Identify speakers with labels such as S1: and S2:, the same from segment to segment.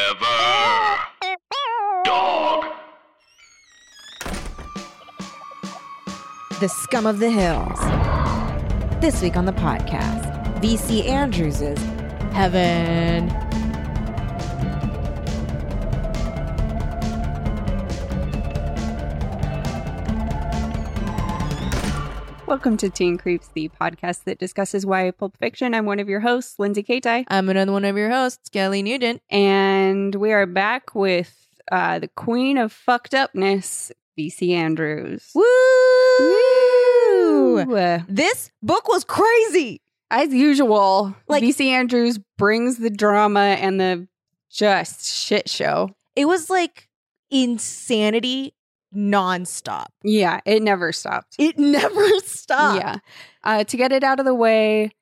S1: Forever. Dog.
S2: The scum of the hills. This week on the podcast, VC Andrews' Heaven.
S3: Welcome to Teen Creeps, the podcast that discusses why Pulp Fiction. I'm one of your hosts, Lindsay Kaitai,
S4: I'm another one of your hosts, Kelly Nugent.
S3: and we are back with uh, the queen of fucked upness, BC Andrews.
S4: Woo!
S3: Uh,
S4: This book was crazy.
S3: As usual,
S4: Like-
S3: BC Andrews brings the drama and the just shit show.
S4: It was like insanity nonstop.
S3: Yeah, it never stopped.
S4: It never stopped.
S3: Yeah. Uh, to get it out of the way,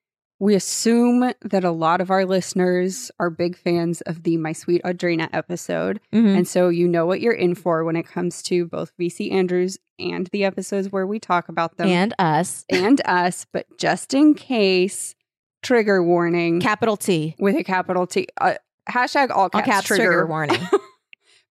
S3: we assume that a lot of our listeners are big fans of the My Sweet Audrina episode.
S4: Mm-hmm. Mm.
S3: And so you know what you're in for when it comes to both VC Andrews and the episodes where we talk about them
S4: And us.
S3: and us. But just in case, trigger warning
S4: Capital T.
S3: with a capital T. Uh, hashtag all
S4: All
S3: caps,
S4: caps trigger, warning.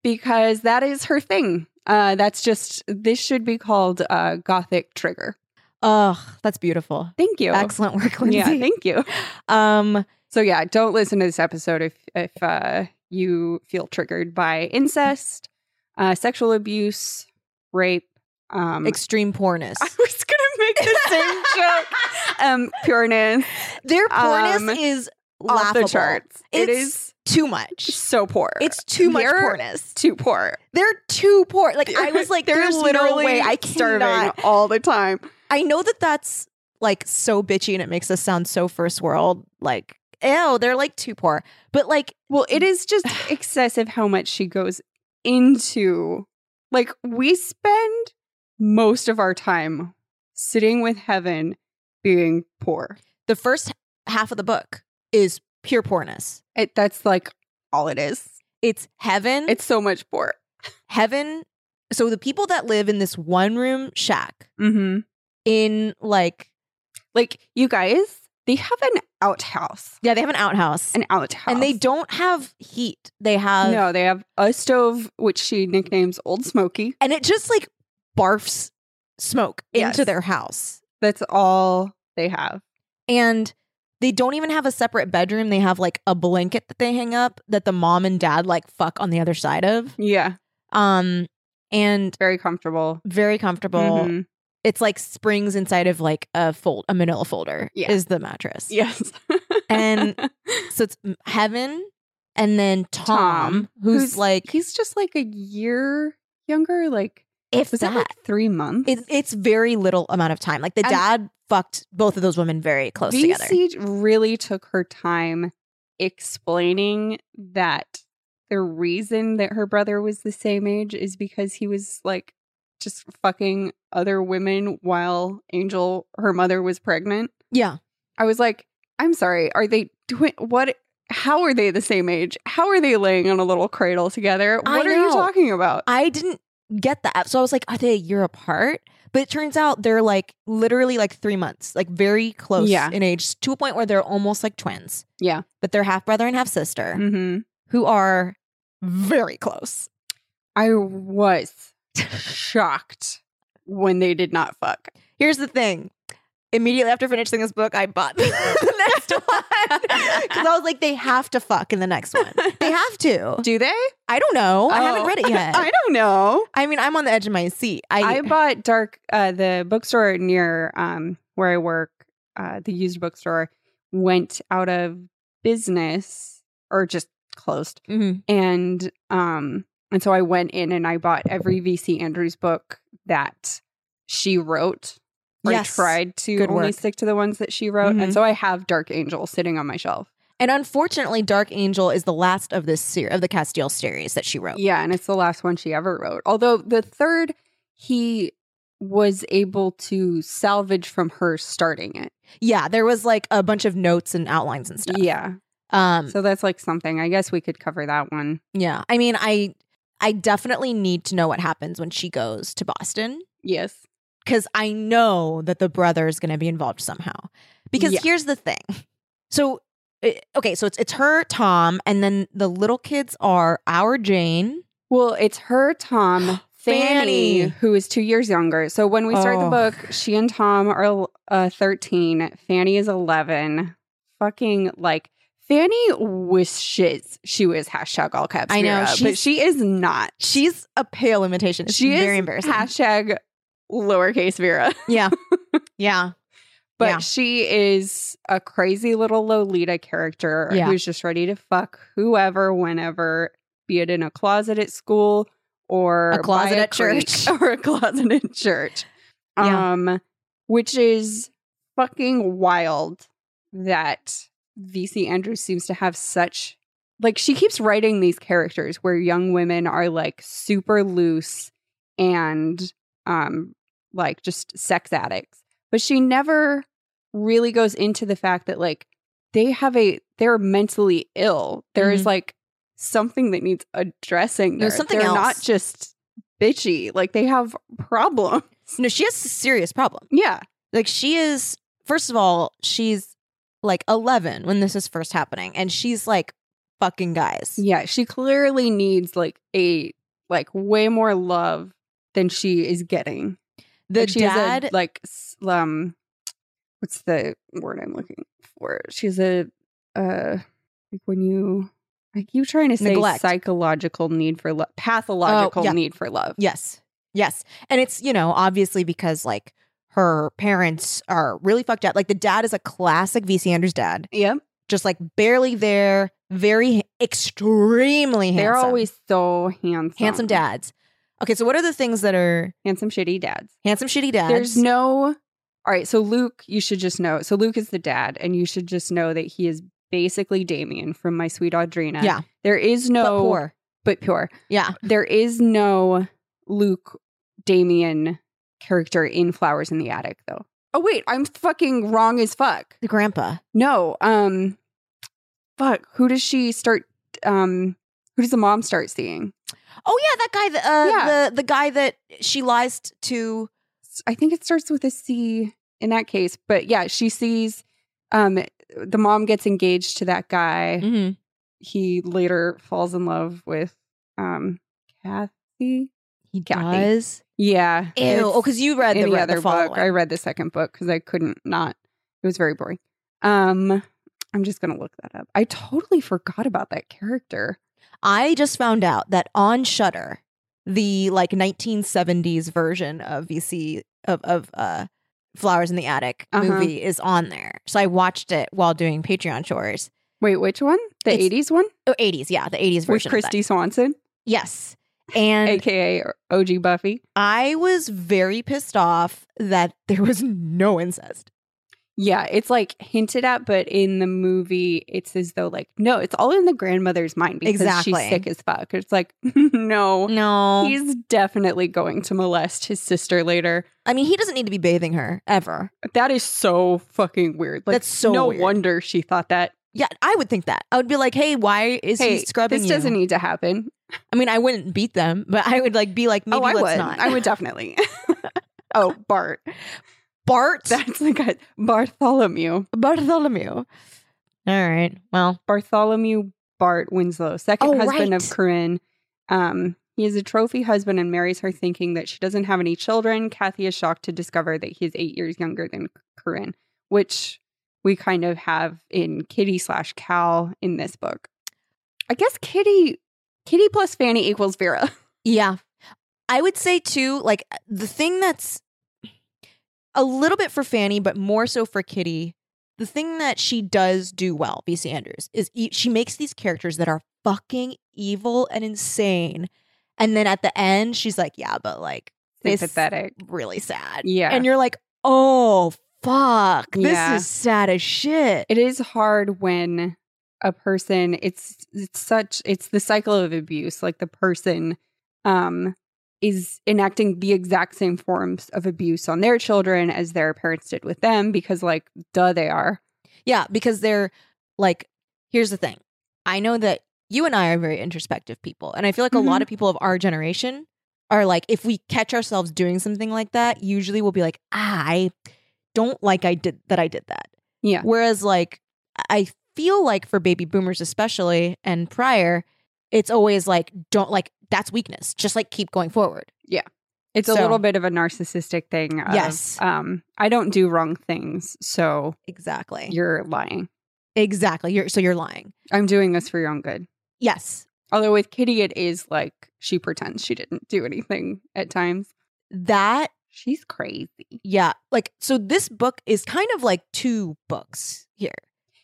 S3: because that is her thing. Uh, that's just, this should be called uh, Gothic Trigger.
S4: Ugh, that's beautiful.
S3: Thank you.
S4: Excellent work, Lindsay.
S3: Yeah, thank you.
S4: um,
S3: So yeah, don't listen to this episode if if uh, you feel triggered by incest, uh, sexual abuse, rape. Um,
S4: extreme poorness.
S3: I was gonna make the same joke. Um, pureness
S4: Their poorness
S3: Um,
S4: is
S3: off
S4: laughable.
S3: the charts. It
S4: It's-
S3: is
S4: Too much.
S3: so poor.
S4: It's too much
S3: They're
S4: poorness.
S3: too poor.
S4: They're too poor. Like I was like,
S3: they're
S4: there's
S3: literally
S4: no way I
S3: starving
S4: cannot.
S3: all the time.
S4: I know that that's like so bitchy and it makes us sound so first world. Like, ew, they're like too poor. But like,
S3: Well, it is just excessive how much she goes into. Like, we spend most of our time sitting with heaven being poor.
S4: the first half of the book is pure poorness.
S3: It, that's like all it is.
S4: It's heaven.
S3: It's so much poor.
S4: heaven. So the people that live in this one room shack
S3: Mm-hmm.
S4: in like,
S3: Like, you guys, they have an outhouse,
S4: yeah, they have an outhouse
S3: an outhouse.
S4: and they don't have heat. They have,
S3: No, they have a stove, which she nicknames Old Smoky.
S4: and it just like barfs smoke into
S3: Yes.
S4: their house.
S3: That's all they have.
S4: and they don't even have a separate bedroom. They have like a blanket that they hang up that the mom and dad like fuck on the other side of.
S3: Yeah,
S4: Um and
S3: very comfortable.
S4: very comfortable.
S3: Mhm.
S4: It's like springs inside of like a fold a manila folder
S3: Yeah.
S4: is the mattress.
S3: Yes.
S4: And so it's heaven and then Tom,
S3: Tom,
S4: who's, like
S3: he's just like a year younger like
S4: if
S3: was that
S4: that
S3: like three months
S4: it, it's very little amount of time. Like the
S3: And-
S4: dad fucked both of those women very close together.
S3: VC really took her time explaining that the reason that her brother was the same age is because he was like just fucking other women while Angel, her mother, was pregnant.
S4: Yeah.
S3: I was like, I'm sorry, are they doing what? How are they the same age? How are they laying on a little cradle together?
S4: I
S3: What are you
S4: know.
S3: talking about?
S4: I didn't get that. So I was like, are they a year apart? But it turns out they're like literally like three months, like very close
S3: Yeah.
S4: in age to a point where they're almost like twins.
S3: Yeah.
S4: But they're half brother and half sister
S3: hmm
S4: who are very close.
S3: I was shocked when they did not fuck.
S4: Here's the thing. Immediately after finishing this book, I bought the next one because I was like, they have to fuck in the next one. They have to.
S3: Do they?
S4: I don't know. I
S3: Oh.
S4: haven't read it yet.
S3: I
S4: I,
S3: don't know.
S4: mean, I'm on the edge of my seat.
S3: I,
S4: I,
S3: bought Dark, uh, the bookstore near um, where I work, uh, the used bookstore, went out of business or just closed.
S4: Mhm.
S3: And um, and so I went in and I bought every VC Andrews book that she wrote. Or
S4: Yes.
S3: I tried to
S4: Good
S3: only
S4: work.
S3: stick to the ones that she wrote. And
S4: Mhm.
S3: so I have Dark Angel sitting on my shelf.
S4: And unfortunately, Dark Angel is the last of this ser- of the Castiel series that she wrote.
S3: Yeah, and it's the last one she ever wrote. Although the third, he was able to salvage from her starting it.
S4: Yeah, there was like a bunch of notes and outlines and stuff.
S3: Yeah.
S4: Um
S3: So that's like something. I guess we could cover that one.
S4: yeah. I mean, I I definitely need to know what happens when she goes to Boston
S3: Yes.
S4: cuz I know that the brother is going to be involved somehow. Because
S3: Yeah.
S4: here's the thing. So eh, okay, so it's it's her, Tom, and then the little kids are our Jane.
S3: Well, it's her, Tom, Fanny,
S4: Fanny.
S3: who is two years younger. So when we start
S4: Oh.
S3: the book, she and Tom are uh, 13. Fanny is 11. Fucking like Fanny wishes she was hashtag all caps.
S4: I know,
S3: Vera, but
S4: she's-
S3: she is not.
S4: She's a pale imitation. It's
S3: She
S4: very
S3: is
S4: embarrassing.
S3: Hashtag lowercase Vera.
S4: yeah, yeah.
S3: But
S4: Yeah.
S3: she is a crazy little Lolita character
S4: Yeah.
S3: who's just ready to fuck whoever, whenever, be it in a closet at school or
S4: A closet
S3: by
S4: at
S3: creek
S4: church.
S3: or a closet at church.
S4: Yeah.
S3: Um, which is fucking wild that VC Andrews seems to have such like she keeps writing these characters where young women are like super loose and um like just sex addicts but she never really goes into the fact that like they have a they're mentally ill There is
S4: Mhm.
S3: like something that needs addressing
S4: There's
S3: there.
S4: something
S3: they're
S4: else.
S3: not just bitchy like they have problems
S4: No, she has a serious problem.
S3: yeah
S4: Like she is first of all, she's like 11 when this is first happening and she's like fucking guys.
S3: yeah she clearly needs like a like way more love than she is getting
S4: The
S3: Like, she
S4: dad
S3: has a, like s- um what's the word i'm looking for she's a uh like when you I keep trying to say
S4: Neglect. Oh,
S3: psychological need for love, pathological
S4: yeah.
S3: need for love.
S4: Yes. Yes. And it's, you know, obviously because like her parents are really fucked up. Like the dad is a classic VC Anders dad,
S3: Yep.
S4: just like barely there, very extremely handsome.
S3: They're always so handsome.
S4: handsome dads. Okay, so what are the things that are
S3: Handsome shitty dads.
S4: handsome shitty dads?
S3: There's no All right, so Luke, you should just know. So Luke is the dad and you should just know that he is basically Damien from My Sweet Audrina.
S4: Yeah.
S3: There is no
S4: but poor.
S3: but pure.
S4: Yeah.
S3: there is no Luke Damien character in Flowers in the Attic though. Oh wait, I'm fucking wrong as fuck.
S4: The grandpa.
S3: No, um fuck, who does she start um who does the mom start seeing?
S4: Oh yeah, that guy. The uh,
S3: Yeah.
S4: the the guy that she lies to.
S3: I think it starts with a C in that case, but yeah, she sees um the mom gets engaged to that guy.
S4: Mm. Mm-hmm.
S3: He later falls in love with um Kathy.
S4: He
S3: Kathy.
S4: does.
S3: Yeah.
S4: Ew.
S3: it's-
S4: Oh, because you read the,
S3: any
S4: re-
S3: other
S4: the
S3: book.
S4: following.
S3: I read uh, the second book because I couldn't not. It was very boring. Um, I'm just gonna look that up. I totally forgot about that character.
S4: I just found out that on Shutter, the like 1970s version of VC of of uh, Flowers in the Attic
S3: Uh-huh.
S4: movie is on there. So I watched it while doing Patreon chores.
S3: Wait, which one? The
S4: It's-
S3: 80s one
S4: Oh, 80s, yeah, the 80s
S3: with
S4: version. of that.
S3: Christy Swanson,
S4: Yes. And
S3: aka OG Buffy.
S4: I was very pissed off that there was no incest.
S3: Yeah, it's like hinted at, but in the movie, it's as though like no, it's all in the grandmother's mind because
S4: Exactly.
S3: she's sick as fuck. It's like no,
S4: No.
S3: he's definitely going to molest his sister later.
S4: I mean, he doesn't need to be bathing her ever.
S3: That is so fucking weird. Like,
S4: That's so
S3: no
S4: weird.
S3: wonder she thought that
S4: Yeah, I would think that. I would be like, "Hey, why is
S3: hey,
S4: he scrubbing
S3: this
S4: you?"
S3: doesn't e need to happen.
S4: I mean, I wouldn't beat them, but I would like be like, "Maybe
S3: oh, I
S4: let's
S3: would.
S4: not."
S3: I would definitely. oh, Bart.
S4: Bart
S3: That's the guy. Bartholomew.
S4: Bartholomew. All right. Well,
S3: Bartholomew Bart Winslow, second
S4: Oh,
S3: husband
S4: right.
S3: of Corinne. Um, he is a trophy husband and marries her thinking that she doesn't have any children. Kathy is shocked to discover that he is eight years younger than Corinne, which we kind of have in Kitty slash Cal in this book. I guess Kitty, Kitty plus Fanny equals Vera.
S4: yeah. I would say too, like the thing that's a little bit for Fanny, but more so for Kitty, the thing that she does do well, BC Andrews, is e- she makes these characters that are fucking evil and insane. And then at the end, she's like, yeah, but like, This-
S3: Sympathetic.
S4: really sad.
S3: Yeah.
S4: And you're like, oh, fuck.
S3: Yeah.
S4: This is sad as shit.
S3: it is hard when a person it's it's such it's the cycle of abuse like the person um is enacting the exact same forms of abuse on their children as their parents did with them because like duh they are
S4: Yeah, because they're like, here's the thing. I know that you and I are very introspective people. And I feel like a lot of people of our generation are like, if we catch ourselves doing something like that, usually we'll be like, ah, I don't like I did that I did that.
S3: Yeah.
S4: Whereas like I feel like for baby boomers especially and prior, it's always like don't like that's weakness. Just like keep going forward.
S3: It's a
S4: So-
S3: little bit of a narcissistic thing. Of,
S4: Yes.
S3: Um, I don't do wrong things, so
S4: Exactly.
S3: you're lying.
S4: exactly. You're so you're lying.
S3: I'm doing this for your own good.
S4: Yes.
S3: Although with Kitty, it is like she pretends she didn't do anything at times.
S4: That
S3: She's crazy.
S4: yeah. Like so this book is kind of like two books here.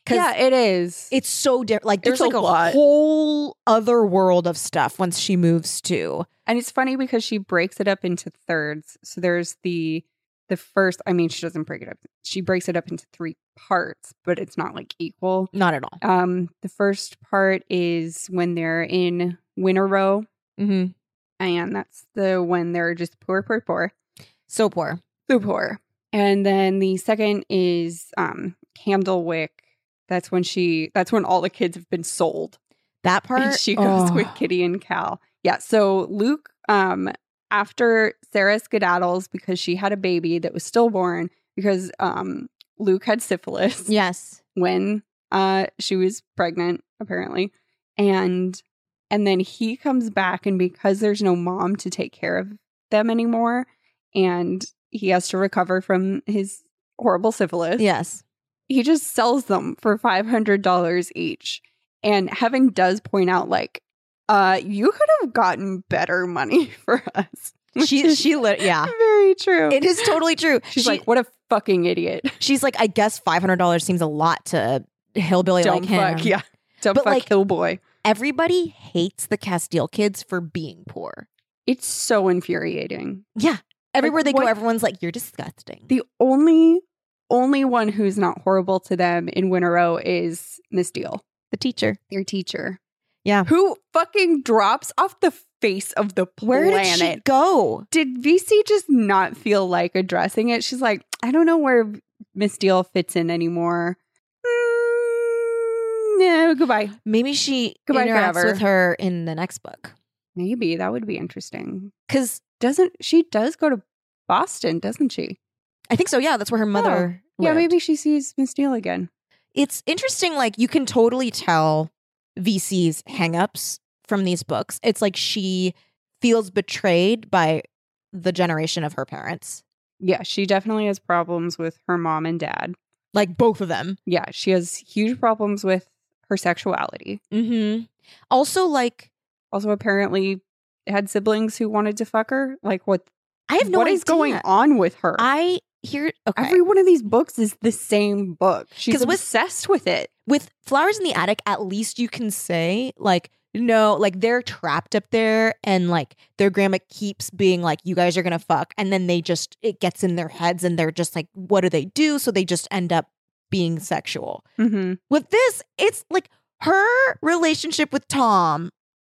S4: 'Cause
S3: Yeah, it is.
S4: it's so different. Like there's
S3: It's a
S4: like a
S3: lot.
S4: whole other world of stuff once she moves to.
S3: and it's funny because she breaks it up into thirds. So there's the the first. I mean, she doesn't break it up. She breaks it up into three parts, but it's not like equal.
S4: Not at all.
S3: Um, the first part is when they're in Winter Row,
S4: Mm-hmm.
S3: and that's the when they're just poor, poor, poor.
S4: So poor.
S3: the poor. And then the second is um Candlewick. That's when she that's when all the kids have been sold.
S4: That part.
S3: and she goes
S4: oh.
S3: with Kitty and Cal. Yeah. So Luke, um, after Sarah skedaddles because she had a baby that was stillborn because um Luke had syphilis
S4: Yes.
S3: when uh she was pregnant, apparently. And and then he comes back and because there's no mom to take care of them anymore and he has to recover from his horrible syphilis.
S4: Yes.
S3: He just sells them for $500 each. And Heaven does point out like uh you could have gotten better money for us. Which
S4: She
S3: is
S4: she lit yeah.
S3: very true.
S4: It is totally true.
S3: She's
S4: She-
S3: like what a fucking idiot.
S4: she's like I guess five hundred dollars seems a lot to a hillbilly
S3: Dumb
S4: like him.
S3: fuck. Yeah. Dumb
S4: But,
S3: fuck
S4: like,
S3: hill boy.
S4: Everybody hates the Castile kids for being poor.
S3: It's so infuriating.
S4: Yeah. Everywhere they go,
S3: what-
S4: everyone's like, "You're disgusting."
S3: The only only one who's not horrible to them in Winter Row is Miss Deal,
S4: the teacher.
S3: their teacher.
S4: Yeah.
S3: Who fucking drops off the face of the
S4: Where
S3: planet.
S4: did she go?
S3: Did VC just not feel like addressing it? She's like, I don't know where Miss Deal fits in anymore. Mm, no, goodbye.
S4: Maybe she
S3: Goodbye
S4: interacts
S3: forever.
S4: with her in the next book.
S3: Maybe that would be interesting.
S4: Because
S3: Doesn't she does go to Boston, doesn't she?
S4: I think so. Yeah, that's where her mother.
S3: Oh, Yeah,
S4: lived.
S3: maybe she sees Miss Deal again.
S4: It's interesting. Like you can totally tell VC's hangups from these books. It's like she feels betrayed by the generation of her parents,
S3: Yeah, she definitely has problems with her mom and dad.
S4: like both of them.
S3: Yeah, she has huge problems with her sexuality.
S4: Mm-hmm. Also, like
S3: Also, apparently, had siblings who wanted to fuck her. Like, what?
S4: I have no
S3: what
S4: idea
S3: is going on with her?
S4: I hear okay
S3: Every one of these books is the same book.
S4: 'Cause
S3: She's
S4: with-
S3: obsessed with it.
S4: with flowers in the attic. At least you can say like. No, like they're trapped up there, and like their grandma keeps being like, "You guys are gonna fuck," and then they just it gets in their heads, and they're just like, "What do they do?" So they just end up being sexual.
S3: Mm-hmm.
S4: With this, it's like her relationship with Tom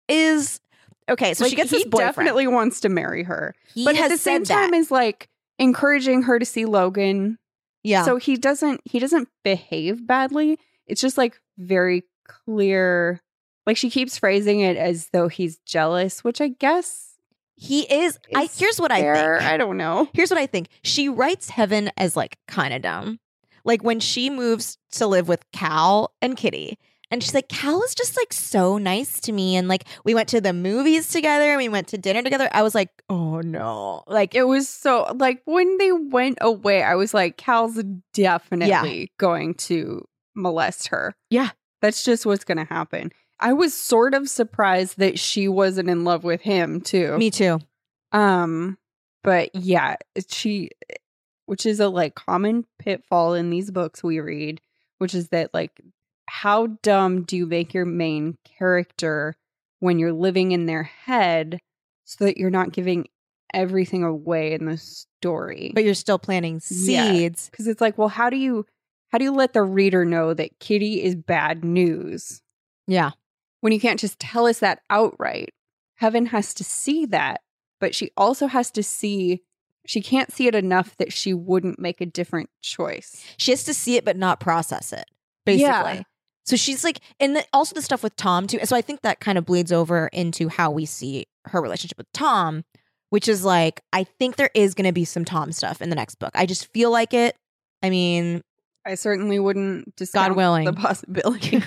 S4: is okay. So she gets
S3: he
S4: this boyfriend.
S3: definitely wants to marry her,
S4: he
S3: but
S4: has
S3: at the same
S4: said that.
S3: time is like encouraging her to see Logan.
S4: yeah,
S3: So he doesn't he doesn't behave badly. It's just like very clear. Like she keeps phrasing it as though he's jealous, which I guess
S4: he is. I
S3: Is
S4: here's what I
S3: fair.
S4: think.
S3: I don't know.
S4: Here's what I think. She writes Heaven as like kind of dumb. Like when she moves to live with Cal and Kitty, and she's like, Cal is just like so nice to me. And like we went to the movies together and we went to dinner together. I was like, oh no. Like,
S3: It was so like when they went away, I was like, Cal's definitely going to molest her.
S4: Yeah.
S3: That's just what's gonna happen. I was sort of surprised that she wasn't in love with him too.
S4: me too.
S3: Um, but yeah, she, which is a like common pitfall in these books we read, which is that like, how dumb do you make your main character when you're living in their head so that you're not giving everything away in the story?
S4: But you're still planting
S3: Yeah.
S4: seeds.
S3: Because it's like, well, how do you, how do you let the reader know that Kitty is bad news
S4: Yeah.
S3: when you can't just tell us that outright. Heaven has to see that, but she also has to see she can't see it enough that she wouldn't make a different choice.
S4: She has to see it but not process it, basically.
S3: Yeah.
S4: So she's like, and the, also the stuff with Tom too. So I think that kind of bleeds over into how we see her relationship with Tom, which is like, I think there is going to be some Tom stuff in the next book. I just feel like it. I mean,
S3: I certainly wouldn't discount
S4: God willing.
S3: the possibility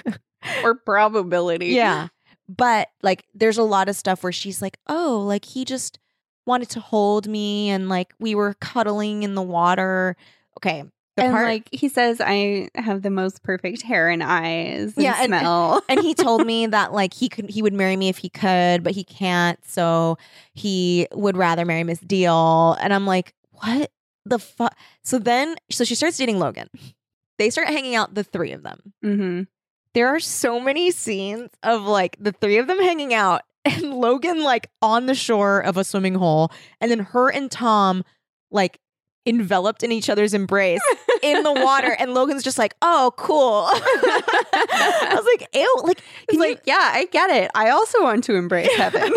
S3: or probability.
S4: yeah. But like there's a lot of stuff where she's like, "Oh, like he just wanted to hold me and like we were cuddling in the water." Okay. The
S3: and
S4: part
S3: like he says, I have the most perfect hair and eyes. And
S4: Yeah, and-
S3: smell.
S4: and he told me that like he could he would marry me if he could, but he can't, so he would rather marry Miss Deal. And I'm like, what the fuck? So then, so she starts dating Logan. They start hanging out, the three of them.
S3: hmm
S4: There are so many scenes of like the three of them hanging out and Logan like on the shore of a swimming hole, and then her and Tom like enveloped in each other's embrace in the water, and Logan's just like, oh, cool. I was like, ew, like
S3: He's
S4: can you-
S3: like, yeah, I get it. I also want to embrace heaven.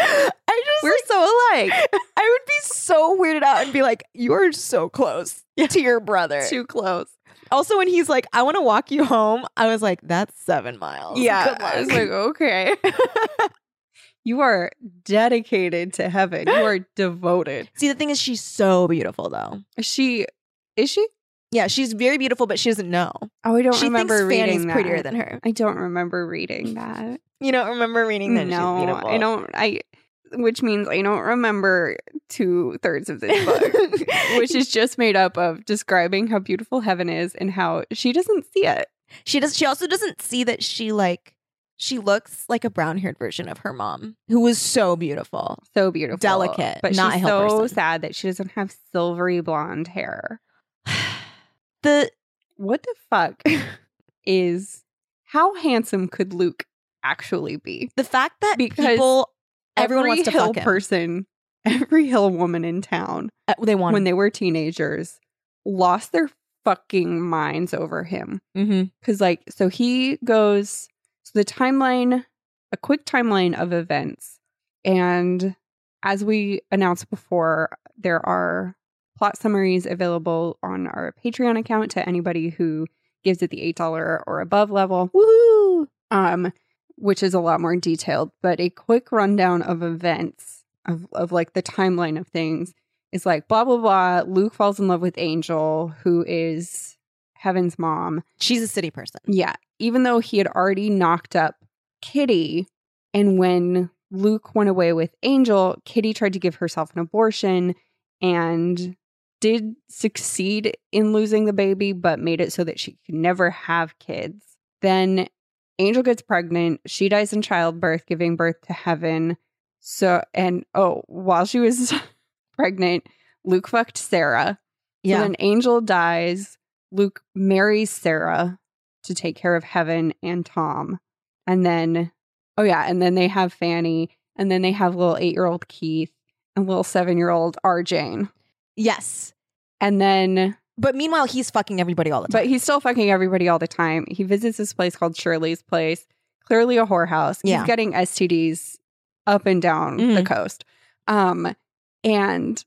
S4: I just
S3: We're so alike.
S4: like, I would be so weirded out and be like, "You're so close to your brother."
S3: Too close.
S4: also, when he's like, "I want to walk you home," I was like, "That's seven miles."
S3: Yeah.
S4: Good
S3: I was
S4: luck."
S3: like, okay. you are dedicated to heaven. You are devoted.
S4: See, the thing is, she's so beautiful, though.
S3: She is she?
S4: Yeah, she's very beautiful, but she doesn't know.
S3: Oh, I don't
S4: she thinks
S3: remember reading
S4: Fanny's
S3: that.
S4: prettier than her.
S3: I don't remember reading that.
S4: You don't remember reading that? she's
S3: no,
S4: beautiful.
S3: I don't. I, which means I don't remember two thirds of this book, which is just made up of describing how beautiful heaven is and how she doesn't see it.
S4: she does. She also doesn't see that she like she looks like a brown haired version of her mom, who was so beautiful.
S3: So beautiful,
S4: Delicate,
S3: but
S4: not a
S3: she's
S4: hill
S3: so
S4: person.
S3: sad that she doesn't have silvery blonde hair.
S4: the
S3: what the fuck is how handsome could Luke actually be?
S4: the fact that
S3: Because
S4: people everyone
S3: every
S4: wants to
S3: hill
S4: fuck him.
S3: person, every hill woman in town
S4: Uh, they want
S3: when
S4: him.
S3: they were teenagers lost their fucking minds over him.
S4: Mhm.
S3: Cause like so he goes so the timeline, a quick timeline of events. And as we announced before, there are plot summaries available on our Patreon account to anybody who gives it the eight dollar or above level. Woohoo! Um, which is a lot more detailed, but a quick rundown of events of, of like the timeline of things is like blah blah blah. Luke falls in love with Angel, who is Heaven's mom.
S4: She's a city person.
S3: Yeah. Even though he had already knocked up Kitty, and when Luke went away with Angel, Kitty tried to give herself an abortion and did succeed in losing the baby, but made it so that she could never have kids. Then Angel gets pregnant. She dies in childbirth, giving birth to Heaven. So, and oh, while she was pregnant, Luke fucked Sarah. So then Angel dies. Luke marries Sarah to take care of Heaven and Tom. And then, oh yeah, and then they have Fanny. And then they have little eight year old Keith and little seven year old R. Jane.
S4: yes.
S3: And then,
S4: But meanwhile, he's fucking everybody all the time.
S3: but he's still fucking everybody all the time. He visits this place called Shirley's Place, clearly a whorehouse.
S4: Yeah.
S3: He's getting STDs up and down the
S4: Mhm.
S3: coast. Um, and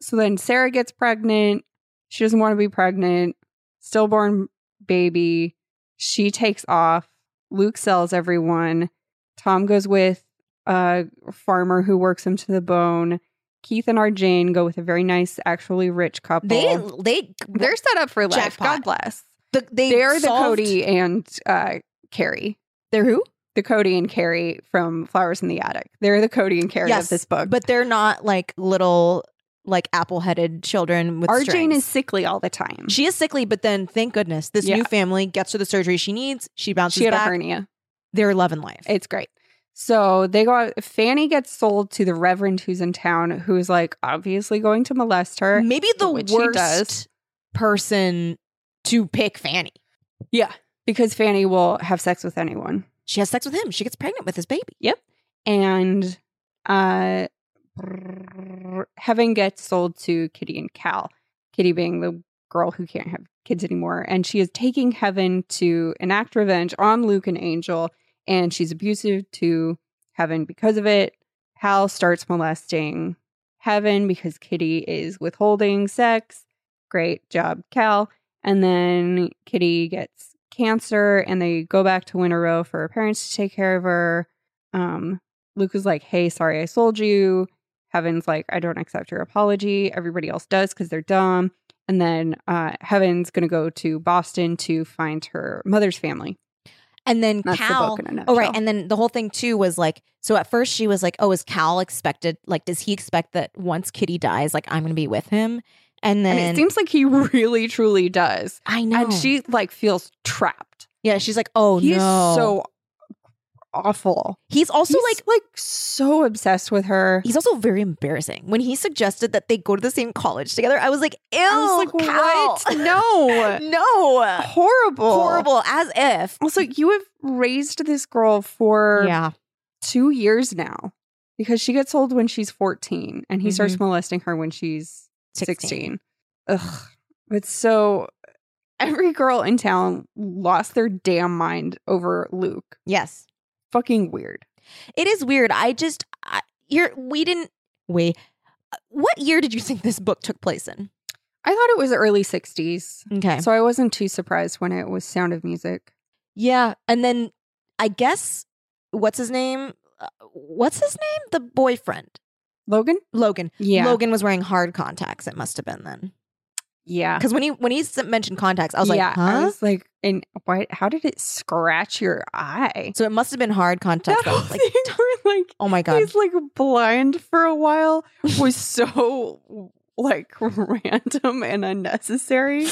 S3: so then Sarah gets pregnant. She doesn't want to be pregnant. Stillborn baby. She takes off. Luke sells everyone. Tom goes with a farmer who works him to the bone. Keith and our Jane go with a very nice, actually rich couple.
S4: they they
S3: They're set up for life.
S4: Jackpot.
S3: God bless.
S4: the, they
S3: They are the
S4: solved-
S3: Cody and uh, Carrie.
S4: They're who?
S3: The Cody and Carrie from Flowers in the Attic. They're the Cody and Carrie
S4: Yes,
S3: of this book.
S4: But they're not like little like apple headed children with
S3: our Jane
S4: strings.
S3: is sickly all the time.
S4: she is sickly, but then thank goodness this
S3: Yeah.
S4: new family gets her the surgery she needs. She bounces
S3: she had a
S4: back.
S3: hernia.
S4: They're loving life.
S3: It's great. So they go out. Fanny gets sold to the Reverend who's in town, who is like obviously going to molest her.
S4: Maybe the
S3: Which he uh, does.
S4: worst person to pick Fanny.
S3: Yeah. Because Fanny will have sex with anyone.
S4: She has sex with him. She gets pregnant with his baby.
S3: And uh Heaven gets sold to Kitty and Cal. Kitty being the girl who can't have kids anymore. And she is taking Heaven to enact revenge on Luke and Angel. And she's abusive to Heaven because of it. Hal starts molesting Heaven because Kitty is withholding sex. Great job, Cal. And then Kitty gets cancer and they go back to Winter Row for her parents to take care of her. Um, Luke is like, hey, sorry I sold you. Heaven's like, I don't accept your apology. Everybody else does because they're dumb. And then uh, Heaven's going to go to Boston to find her mother's family.
S4: And then
S3: That's the
S4: Cal.
S3: book in a nutshell.
S4: Oh, right. And then the whole thing, too, was like, so at first she was like, oh, is Cal expected? Like, does he expect that once Kitty dies, like, I'm going to be with him? And
S3: I
S4: then
S3: mean, it seems like he really, truly does.
S4: I know.
S3: And she like feels trapped.
S4: yeah, she's like, oh,
S3: he's
S4: no.
S3: so awful.
S4: he's also
S3: he's
S4: like,
S3: like like so obsessed with her.
S4: he's also very embarrassing. When he suggested that they go to the same college together, I was like, ew,
S3: I was like,
S4: Cal.
S3: what? No,
S4: no.
S3: horrible,
S4: Horrible. As if.
S3: Also, you have raised this girl for
S4: Yeah.
S3: two years now because she gets old when she's 14 and he
S4: Mm-hmm.
S3: starts molesting her when she's 16.
S4: 16.
S3: Ugh. But so every girl in town lost their damn mind over Luke.
S4: Yes.
S3: Fucking weird.
S4: It is weird. I just I, you're we didn't we what year did you think this book took place in?
S3: I thought it was early 60s.
S4: Okay.
S3: So I wasn't too surprised when it was Sound of Music.
S4: yeah, and then I guess what's his name? Uh, what's his name? The boyfriend.
S3: Logan?
S4: Logan.
S3: Yeah.
S4: Logan was wearing hard contacts. It must have been then.
S3: Yeah.
S4: Cuz when he when he s- mentioned contacts, I was
S3: Ah. yeah, Uh-huh.
S4: like, huh?
S3: I was like, and why, how did it scratch your eye?
S4: so it must have been hard contacts.
S3: that whole
S4: Like,
S3: thing where, like,
S4: oh my god.
S3: He's like blind for a while was so like random and unnecessary.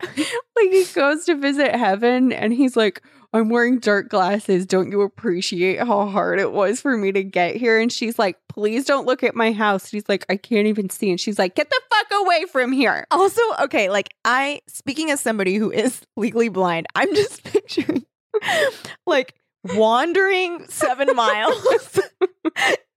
S3: like he goes to visit heaven and he's like, I'm wearing dark glasses. Don't you appreciate how hard it was for me to get here? And she's like, Please don't look at my house. And he's like, I can't even see. And she's like, Get the fuck away from here.
S4: Also, okay, like I speaking as somebody who is legally blind, I'm just picturing like wandering seven miles,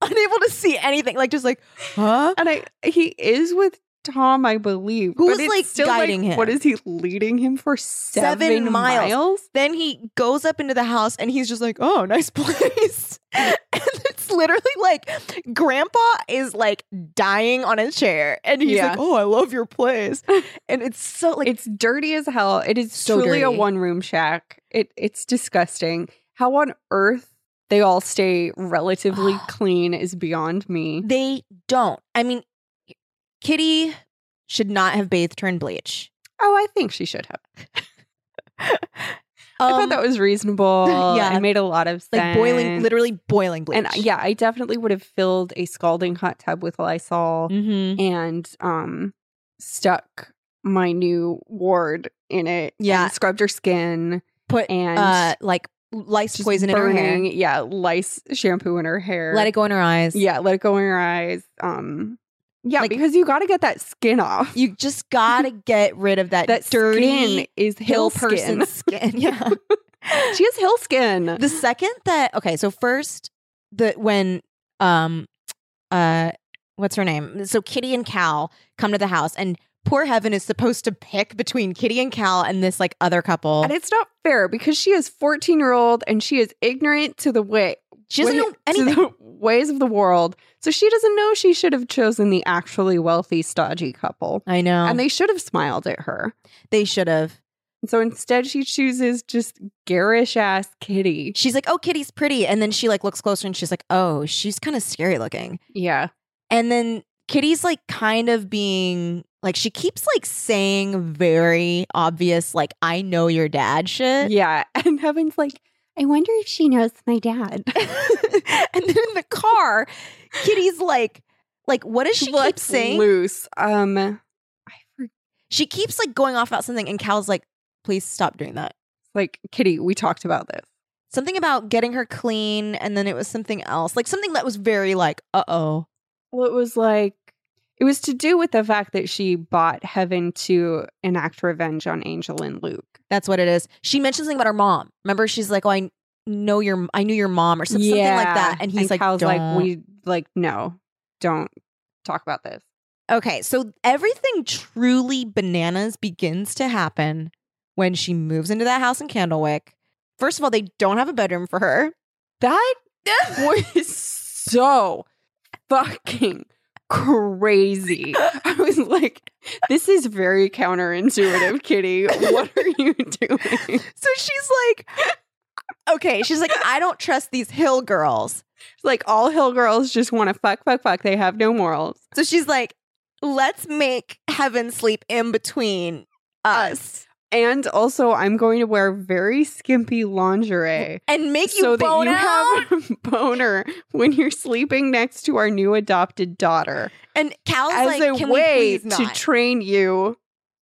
S4: unable to see anything, like just like, huh?
S3: And I he is with Tom, I believe.
S4: Who's,
S3: but it's
S4: like,
S3: still,
S4: guiding him?
S3: What is he leading him for? Seven,
S4: Seven miles.
S3: miles?
S4: Then he goes up into the house and he's just like, oh, nice place. and it's literally like grandpa is like dying on a chair and he's
S3: Yeah.
S4: like, oh, I love your place. And it's so like,
S3: it's dirty as hell. It is
S4: So
S3: truly a
S4: dirty.
S3: one room shack. It it's disgusting. How on earth they all stay relatively clean is beyond me.
S4: they don't. I mean, Kitty should not have bathed her in bleach.
S3: Oh, I think she should have. I
S4: Um,
S3: thought that was reasonable.
S4: yeah.
S3: Yeah, it made a lot of sense.
S4: like boiling, literally boiling bleach.
S3: And uh, yeah, I definitely would have filled a scalding hot tub with Lysol
S4: mm-hmm.
S3: and um stuck my new ward in it.
S4: Yeah.
S3: and scrubbed her skin
S4: put
S3: and
S4: uh, like lice
S3: just
S4: poison in her hair.
S3: burning- Yeah, lice shampoo in her hair.
S4: Let it go in her eyes.
S3: Yeah, let it go in your eyes. Um, yeah,
S4: Like-
S3: because you got to get that skin off.
S4: you just gotta get rid of that,
S3: that
S4: dirty
S3: skin is
S4: hill
S3: hill, person.
S4: person skin. Yeah.
S3: she has hill skin.
S4: the second that okay, so first the when um uh what's her name? So Kitty and Cal come to the house and. Poor Heaven is supposed to pick between Kitty and Cal and this like other couple.
S3: and it's not fair because she is fourteen year old and she is ignorant to the way
S4: She doesn't
S3: way-
S4: know anything.
S3: to the ways of the world. So she doesn't know she should have chosen the actually wealthy, stodgy couple,
S4: I know.
S3: and
S4: And they,
S3: they should have smiled at her.
S4: they should have.
S3: And so instead, she chooses just garish ass Kitty.
S4: she's like, "Oh, Kitty's pretty," and then she like looks closer and she's like, "Oh, she's kind of scary looking."
S3: Yeah,
S4: And then Kitty's like kind of being like she keeps like saying very obvious like I know your dad shit.
S3: yeah. And Heaven's like, I wonder if she knows my dad.
S4: and then in the car, Kitty's like like what does she keep
S3: What's
S4: saying?
S3: loose. Um, I forget.
S4: She keeps like going off about something and Cal's like, "Please stop doing that."
S3: Like Kitty, we talked about this.
S4: Something about getting her clean and then it was something else. Like something that was very like, "Uh-oh."
S3: Well, it was like it was to do with the fact that she bought Heaven to enact revenge on Angel and Luke.
S4: That's what it is. She mentioned something about her mom. Remember, she's like, "Oh, I know your, I knew your mom," or some- something like that. And he's like,
S3: Cal's like,
S4: "Don't."
S3: we like no, don't talk about this.
S4: okay." So everything truly bananas begins to happen when she moves into that house in Candlewick. First of all, they don't have a bedroom for her.
S3: That was so fucking crazy. I was like, this is very counterintuitive, Kitty. What are you doing?
S4: So she's like, "Okay," she's like, "I don't trust these hill girls."
S3: Like all hill girls just want to fuck, fuck, fuck. They have no morals.
S4: So she's like, "Let's make heaven sleep in between us
S3: And also, I'm going to wear very skimpy lingerie
S4: and make you
S3: so that
S4: bone
S3: you
S4: out.
S3: have a boner when you're sleeping next to our new adopted daughter
S4: and Cal's
S3: as
S4: like,
S3: a
S4: Can
S3: way
S4: way we please
S3: to
S4: not?
S3: train you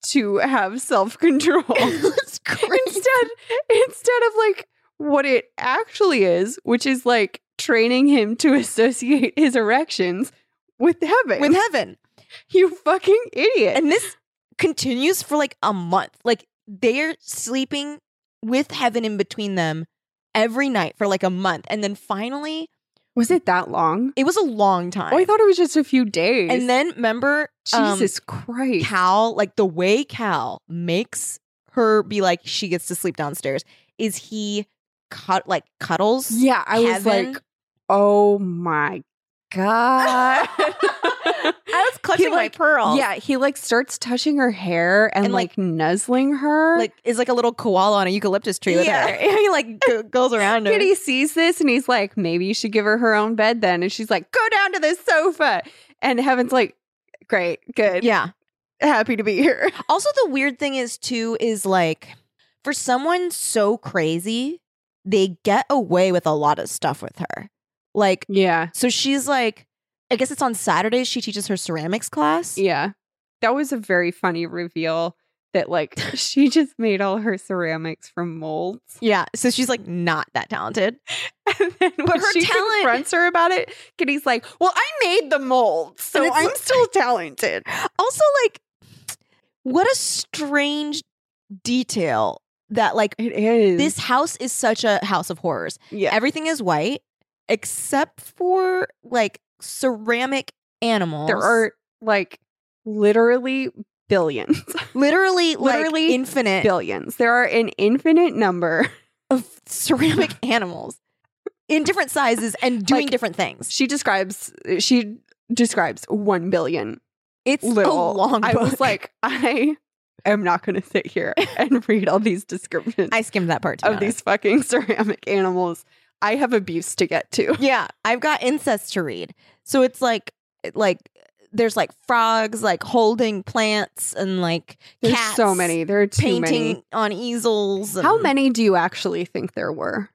S3: to have self control.
S4: It's crazy.
S3: instead instead of like what it actually is, which is like training him to associate his erections with heaven.
S4: with heaven.
S3: you fucking idiot.
S4: And this continues for like a month. Like they're sleeping with heaven in between them every night for like a month. And then finally,
S3: was it that long?
S4: it was a long time.
S3: Oh, I thought it was just a few days.
S4: and then remember um,
S3: Jesus Christ.
S4: Cal, like the way Cal makes her be like she gets to sleep downstairs is he cut like cuddles.
S3: yeah, I was
S4: Heaven.
S3: like, oh my God.
S4: I was clutching
S3: like-
S4: my pearl.
S3: Yeah, he like starts touching her hair and,
S4: And,
S3: like,
S4: like-
S3: nuzzling her.
S4: Like is like a little koala on a eucalyptus tree with
S3: Yeah.
S4: her. he like go- goes around her.
S3: And he sees this and he's like, maybe you should give her her own bed then. And she's like, go down to the sofa. And Heaven's like, great, good.
S4: Yeah.
S3: Happy to be here.
S4: Also, the weird thing is too is like for someone so crazy, they get away with a lot of stuff with her. Like,
S3: Yeah.
S4: so she's like, I guess it's on Saturdays she teaches her ceramics class.
S3: Yeah. That was a very funny reveal that like she just made all her ceramics from molds.
S4: Yeah, so she's like not that talented.
S3: And then when
S4: her
S3: she
S4: talent-
S3: confronts her about it, Kitty's like, well, I made the molds, so
S4: it's
S3: I'm
S4: like-
S3: still talented.
S4: Also, like, what a strange detail that like
S3: It is.
S4: this house is such a house of horrors.
S3: yeah.
S4: Everything is white except for like ceramic animals.
S3: there are like literally billions.
S4: literally, literally
S3: Literally
S4: infinite
S3: billions. There are an infinite number.
S4: of ceramic animals in different sizes and doing
S3: Like,
S4: different things.
S3: She describes uh, she describes 1 billion.
S4: It's a
S3: Little
S4: long
S3: I
S4: book.
S3: was like I am not going to sit here and read all these descriptions
S4: I skimmed that part. To be
S3: of
S4: honest.
S3: these fucking ceramic animals. I have abuse to get to.
S4: yeah, I've got incest to read, so it's like, eh, like there's like frogs, like holding plants, and like
S3: There's
S4: cats.
S3: so many. There are too
S4: painting
S3: many.
S4: on easels. and-
S3: How many do you actually think there were?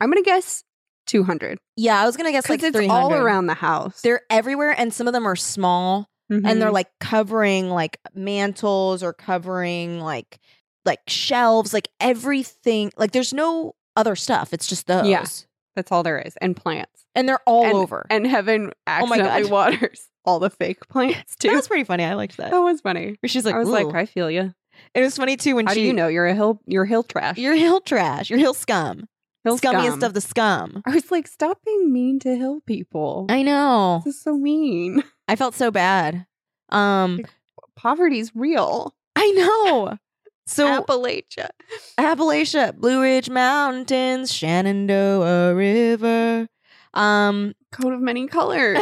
S3: I'm going to guess 200
S4: Yeah, I was gonna guess
S3: because
S4: like
S3: it's
S4: 300.
S3: all around the house.
S4: They're everywhere, and some of them are small. and they're
S3: Mhm.
S4: like covering like mantles or covering like like shelves like everything like there's no other stuff it's just those
S3: Yeah. that's all there is and plants.
S4: and they're all
S3: And-
S4: over
S3: And heaven
S4: Oh my God.
S3: accidentally waters all the fake plants
S4: that
S3: too.
S4: was pretty funny i liked that
S3: that was funny.
S4: Where she's Oh, like
S3: I was
S4: "Ooh."
S3: like, I feel you.
S4: it was funny too when
S3: How
S4: she
S3: do you know you're a hill? You're hill trash.
S4: you're hill trash you're hill scum
S3: hill
S4: scummiest
S3: scum."
S4: of the scum
S3: I was like, stop being mean to hill people.
S4: i know
S3: this is so mean.
S4: i felt so bad um
S3: Poverty's real.
S4: i know so
S3: Appalachia.
S4: appalachia blue ridge mountains shenandoah river um
S3: Coat of many colors.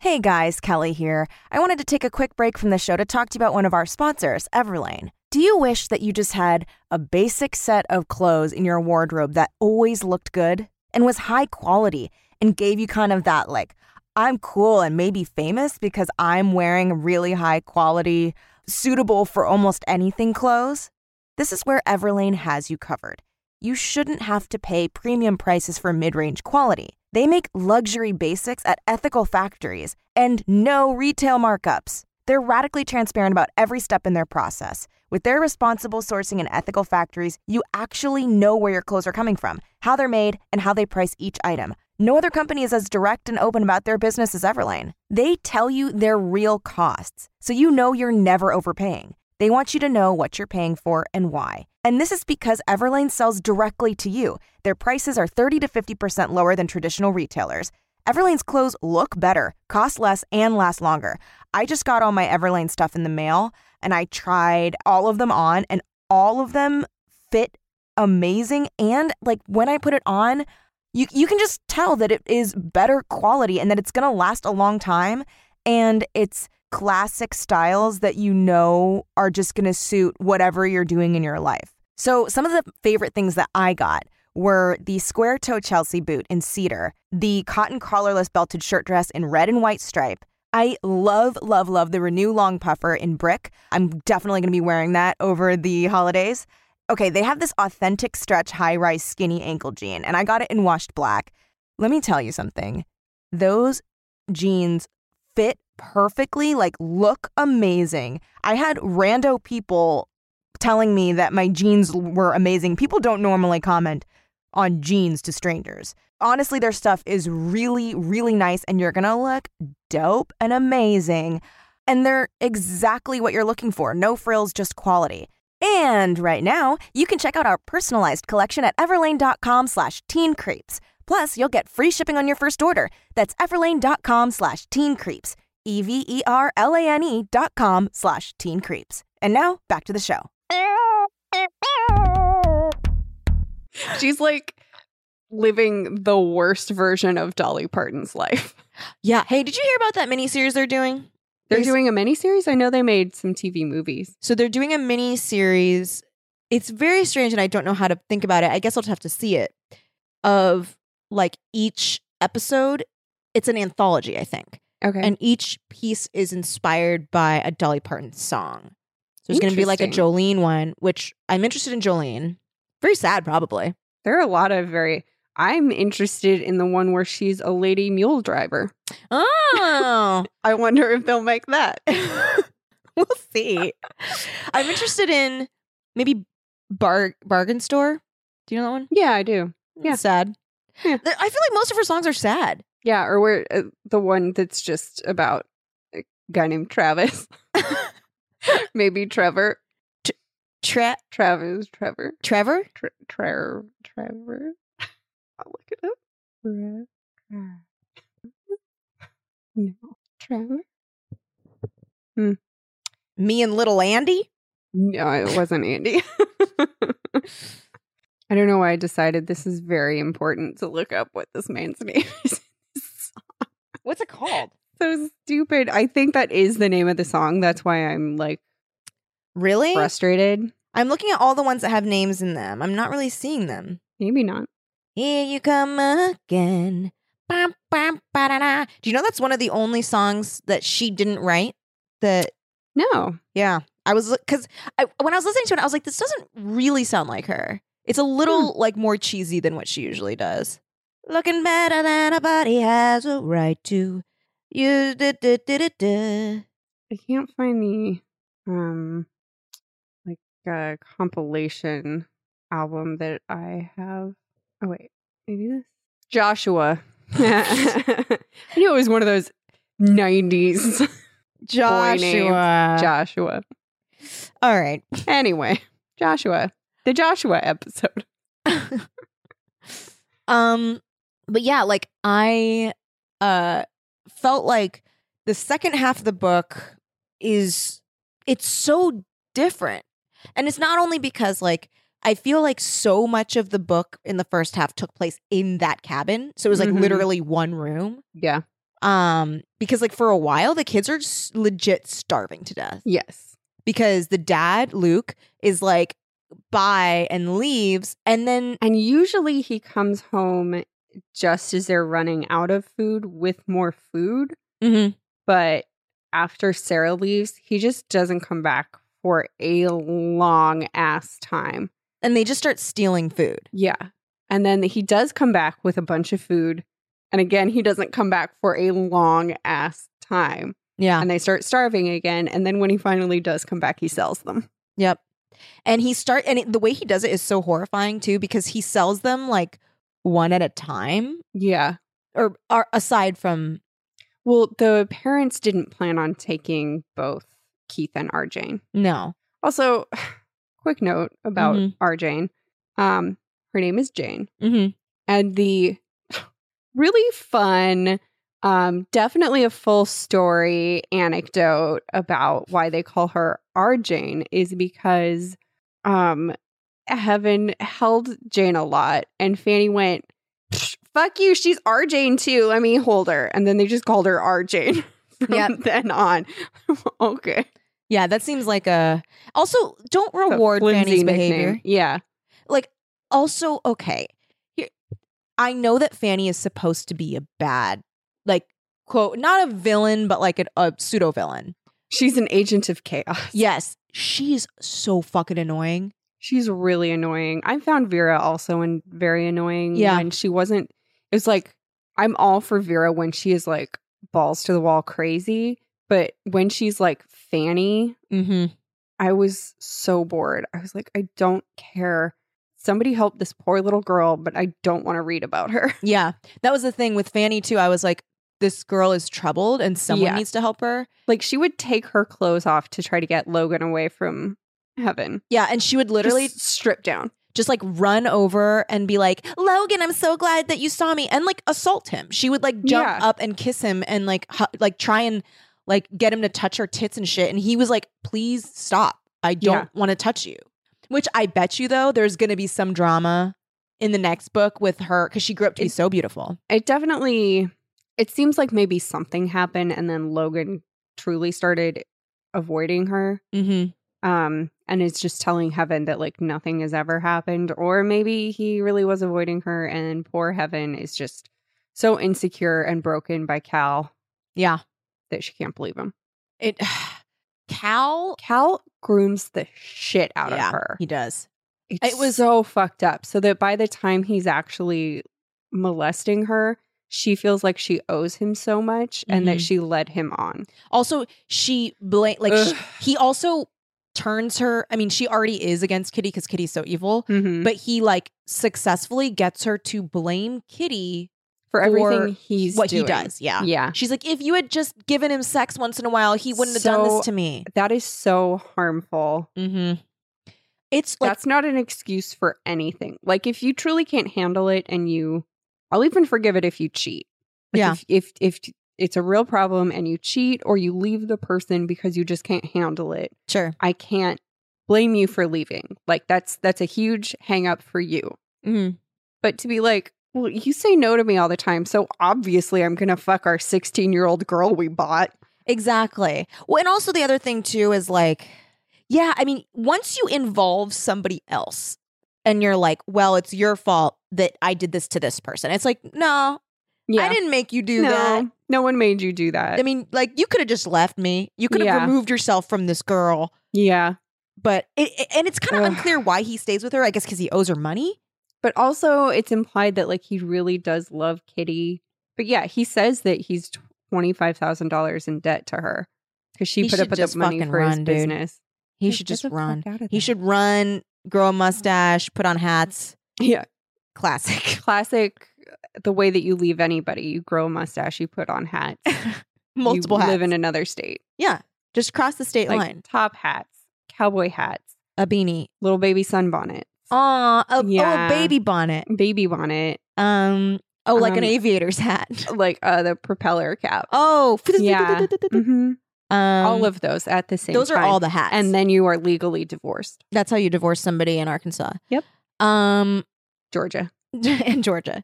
S5: Hey guys, Kelly here. I wanted to take a quick break from the show to talk to you about one of our sponsors, Everlane. Do you wish that you just had a basic set of clothes in your wardrobe that always looked good and was high quality and gave you kind of that like, I'm cool and maybe famous because I'm wearing really high quality, suitable for almost anything clothes? This is where Everlane has you covered you shouldn't have to pay premium prices for mid range quality. They make luxury basics at ethical factories and no retail markups. They're radically transparent about every step in their process. With their responsible sourcing and ethical factories, you actually know where your clothes are coming from, how they're made, and how they price each item. No other company is as direct and open about their business as Everlane. They tell you their real costs, so you know you're never overpaying. They want you to know what you're paying for and why. And this is because Everlane sells directly to you. Their prices are 30 to 50% lower than traditional retailers. Everlane's clothes look better, cost less, and last longer. I just got all my Everlane stuff in the mail and I tried all of them on, and all of them fit amazing. And like when I put it on, you, you can just tell that it is better quality and that it's going to last a long time and it's classic styles that you know are just going to suit whatever you're doing in your life. So, some of the favorite things that I got were the square toe Chelsea boot in cedar, the cotton collarless belted shirt dress in red and white stripe. I love, love, love the Renew Long Puffer in brick. I'm definitely going to be wearing that over the holidays. Okay, they have this authentic stretch high rise skinny ankle jean, and I got it in washed black. Let me tell you something those jeans fit perfectly, like, look amazing. I had rando people telling me that my jeans were amazing. People don't normally comment on jeans to strangers. Honestly, their stuff is really, really nice, and you're gonna look dope and amazing. And they're exactly what you're looking for no frills, just quality. And right now, you can check out our personalized collection at everlane.com slash teen creeps. Plus, you'll get free shipping on your first order. That's everlane.com slash teen creeps. E V E R L A N E dot com slash teen creeps. And now, back to the show.
S3: She's like living the worst version of Dolly Parton's life.
S4: Yeah. Hey, did you hear about that miniseries they're doing?
S3: They're
S4: There's-
S3: doing a miniseries. I know they made some TV movies.
S4: So they're doing a mini series. It's very strange, and I don't know how to think about it. I guess I'll just have to see it. Of like each episode, it's an anthology, I think,
S3: Okay.
S4: and each piece is inspired by a Dolly Parton song. So there's going to be like a
S3: Interesting.
S4: Jolene one, which I'm interested in Jolene. Very sad, probably.
S3: there are a lot of very. I'm interested in the one where she's a lady mule driver.
S4: Oh,
S3: I wonder if they'll make that.
S4: we'll see. I'm interested in maybe bar bargain store. Do you know that one?
S3: yeah, I do. Yeah.
S4: sad.
S3: Yeah.
S4: Th- I feel like most of her songs are sad.
S3: Yeah, or where uh, the one that's just about a guy named Travis. Maybe Trevor.
S4: Tra-
S3: Travis, Trevor.
S4: Trevor?
S3: Tre- Tre- Trevor. I'll look it up. Tre- Tra- No. Trevor?
S4: Me and little Andy?
S3: No, it wasn't Andy. I don't know why I decided this is very important to look up what this man's name is.
S4: What's it called?
S3: so stupid. I think that is the name of the song. That's why I'm like Eh.
S4: Really?
S3: frustrated.
S4: I'm looking at all the ones that have names in them. I'm not really seeing them.
S3: Maybe not.
S4: Here you come again. Bam, bam, ba-da-da. Do you know that's one of the only songs that she didn't write? That
S3: No.
S4: Yeah, I was because I, when I was listening to it, I was like, this doesn't really sound like her. It's a little like more cheesy than what she usually does. Looking better than a body has a right to. You did did did did.
S3: I can't find the um like uh compilation album that I have. Oh wait, maybe this Joshua. I knew it was one of those nineties
S4: Joshua.
S3: Joshua.
S4: All right.
S3: Anyway, Joshua. The Joshua episode.
S4: um, but yeah, like I uh felt like the second half of the book is it's so different. And it's not only because like I feel like so much of the book in the first half took place in that cabin. So it was like
S3: Mhm.
S4: literally one room.
S3: Yeah.
S4: Um because like for a while the kids are s- legit starving to death
S3: Yes.
S4: because the dad, Luke, is like bye and leaves and then
S3: And usually he comes home just as they're running out of food with more food. but after Sarah leaves, he just doesn't come back for a long ass time.
S4: and they just start stealing food.
S3: Yeah. And then he does come back with a bunch of food. And again, he doesn't come back for a long ass time.
S4: Yeah.
S3: And they start starving again. And then when he finally does come back, he sells them.
S4: Yep. And he start and it, the way he does it is so horrifying too because he sells them like one at a time
S3: Yeah.
S4: or, or aside from
S3: Well, the parents didn't plan on taking both Keith and Arjane.
S4: no.
S3: Also, quick note about
S4: Mhm.
S3: Arjane. Um, her name is Jane.
S4: Mm-hmm.
S3: and the really fun um definitely a full story anecdote about why they call her our jane is because um heaven held jane a lot and fanny went "Psh, fuck you she's our jane too let me hold her and then they just called her our jane from
S4: Yep.
S3: then on okay
S4: Yeah, that seems like a also don't
S3: It's a
S4: reward
S3: flimsy
S4: Fanny's
S3: nickname.
S4: behavior.
S3: yeah
S4: Also, okay. I know that Fanny is supposed to be a bad, like, quote, not a villain, but like an, a pseudo villain.
S3: She's an agent of chaos.
S4: Yes, she's so fucking annoying.
S3: She's really annoying. I found Vera also and very annoying.
S4: Yeah.
S3: And she wasn't it was like I'm all for Vera when she is like balls to the wall crazy, but when she's like Fanny,
S4: Mm-hmm.
S3: I was so bored. I was like, I don't care. Somebody help this poor little girl, but I don't want to read about her.
S4: Yeah, that was the thing with Fanny too. I was like, this girl is troubled, and someone
S3: Yeah.
S4: needs to help her.
S3: Like she would take her clothes off to try to get Logan away from heaven.
S4: Yeah, and she would literally
S3: Just strip down.
S4: just like run over and be like, "Logan, I'm so glad that you saw me," and like assault him. She would like jump
S3: Yeah.
S4: up and kiss him and like hu- like try and like get him to touch her tits and shit. And he was like, "Please stop! I don't
S3: Yeah.
S4: want to touch you." Which I bet you though, there's gonna be some drama in the next book with her because she grew up to be
S3: It-
S4: so beautiful.
S3: It definitely it seems like maybe something happened and then Logan truly started avoiding her.
S4: Mm-hmm.
S3: um and is just telling heaven that like nothing has ever happened or maybe he really was avoiding her and poor heaven is just so insecure and broken by cal
S4: Yeah.
S3: that she can't believe him
S4: It. Cal.
S3: cal grooms the shit out
S4: Yeah,
S3: of her
S4: He does.
S3: It's
S4: it was-
S3: so fucked up so that by the time he's actually molesting her she feels like she owes him so much and that
S4: Mhm.
S3: she led him on
S4: Also, she bla- like she,
S3: Ugh.
S4: he also turns her. I mean, she already is against Kitty because Kitty's so evil.
S3: Mhm.
S4: but he like successfully gets her to blame Kitty
S3: for
S4: for
S3: everything he's
S4: what he
S3: doing.
S4: does. Yeah.
S3: yeah
S4: She's like, if you had just given him sex once in a while, he wouldn't have done
S3: So-
S4: this to me.
S3: that is so harmful
S4: Mm-hmm. It's like,
S3: that's not an excuse for anything. Like if you truly can't handle it and you I'll even forgive it if you cheat. Like
S4: Yeah.
S3: if, if if it's a real problem and you cheat or you leave the person because you just can't handle it,
S4: sure.
S3: I can't blame you for leaving. Like that's that's a huge hang up for you.
S4: Mm-hmm.
S3: But to be like, well, you say no to me all the time, so obviously I'm gonna fuck our 16 year old girl we bought.
S4: Exactly. Well, and also the other thing too is like, yeah, I mean, once you involve somebody else and you're like, well, it's your fault that I did this to this person. It's like, no, I didn't make you do
S3: no,
S4: that.
S3: no one made you do that.
S4: I mean, like you could have just left me. You could have
S3: Yeah.
S4: removed yourself from this girl.
S3: yeah.
S4: But it, it- and it's kind of
S3: Ugh.
S4: unclear why he stays with her. I guess because he owes her money.
S3: but also it's implied that like he really does love Kitty. But yeah, he says that he's twenty five thousand dollars in debt to her because she
S4: He
S3: put
S4: should
S3: up with
S4: just
S3: the money
S4: fucking
S3: for his
S4: run, dude.
S3: business.
S4: He
S3: Yeah,
S4: should
S3: get
S4: just
S3: the fuck
S4: run.
S3: outta
S4: He
S3: there.
S4: should run, grow a mustache, put on hats.
S3: Yeah,
S4: Classic.
S3: classic. The way that you leave anybody, you grow a mustache, you put on hats,
S4: Multiple
S3: you
S4: hats.
S3: Live in another state,
S4: yeah, just cross the state
S3: like
S4: line.
S3: top hats, cowboy hats,
S4: A beanie.
S3: little baby sunbonnet,
S4: Aw, a, oh, a
S3: Yeah.
S4: baby bonnet.
S3: baby bonnet,
S4: Um, oh, like an
S3: Um,
S4: aviator's hat.
S3: like uh, the propeller cap.
S4: Oh,
S3: Yeah. hmm
S4: Um,
S3: all of those at the same.
S4: those are
S3: time.
S4: all the hats.
S3: and then you are legally divorced,
S4: that's how you divorce somebody in Arkansas.
S3: Yep.
S4: Um,
S3: Georgia.
S4: in Georgia.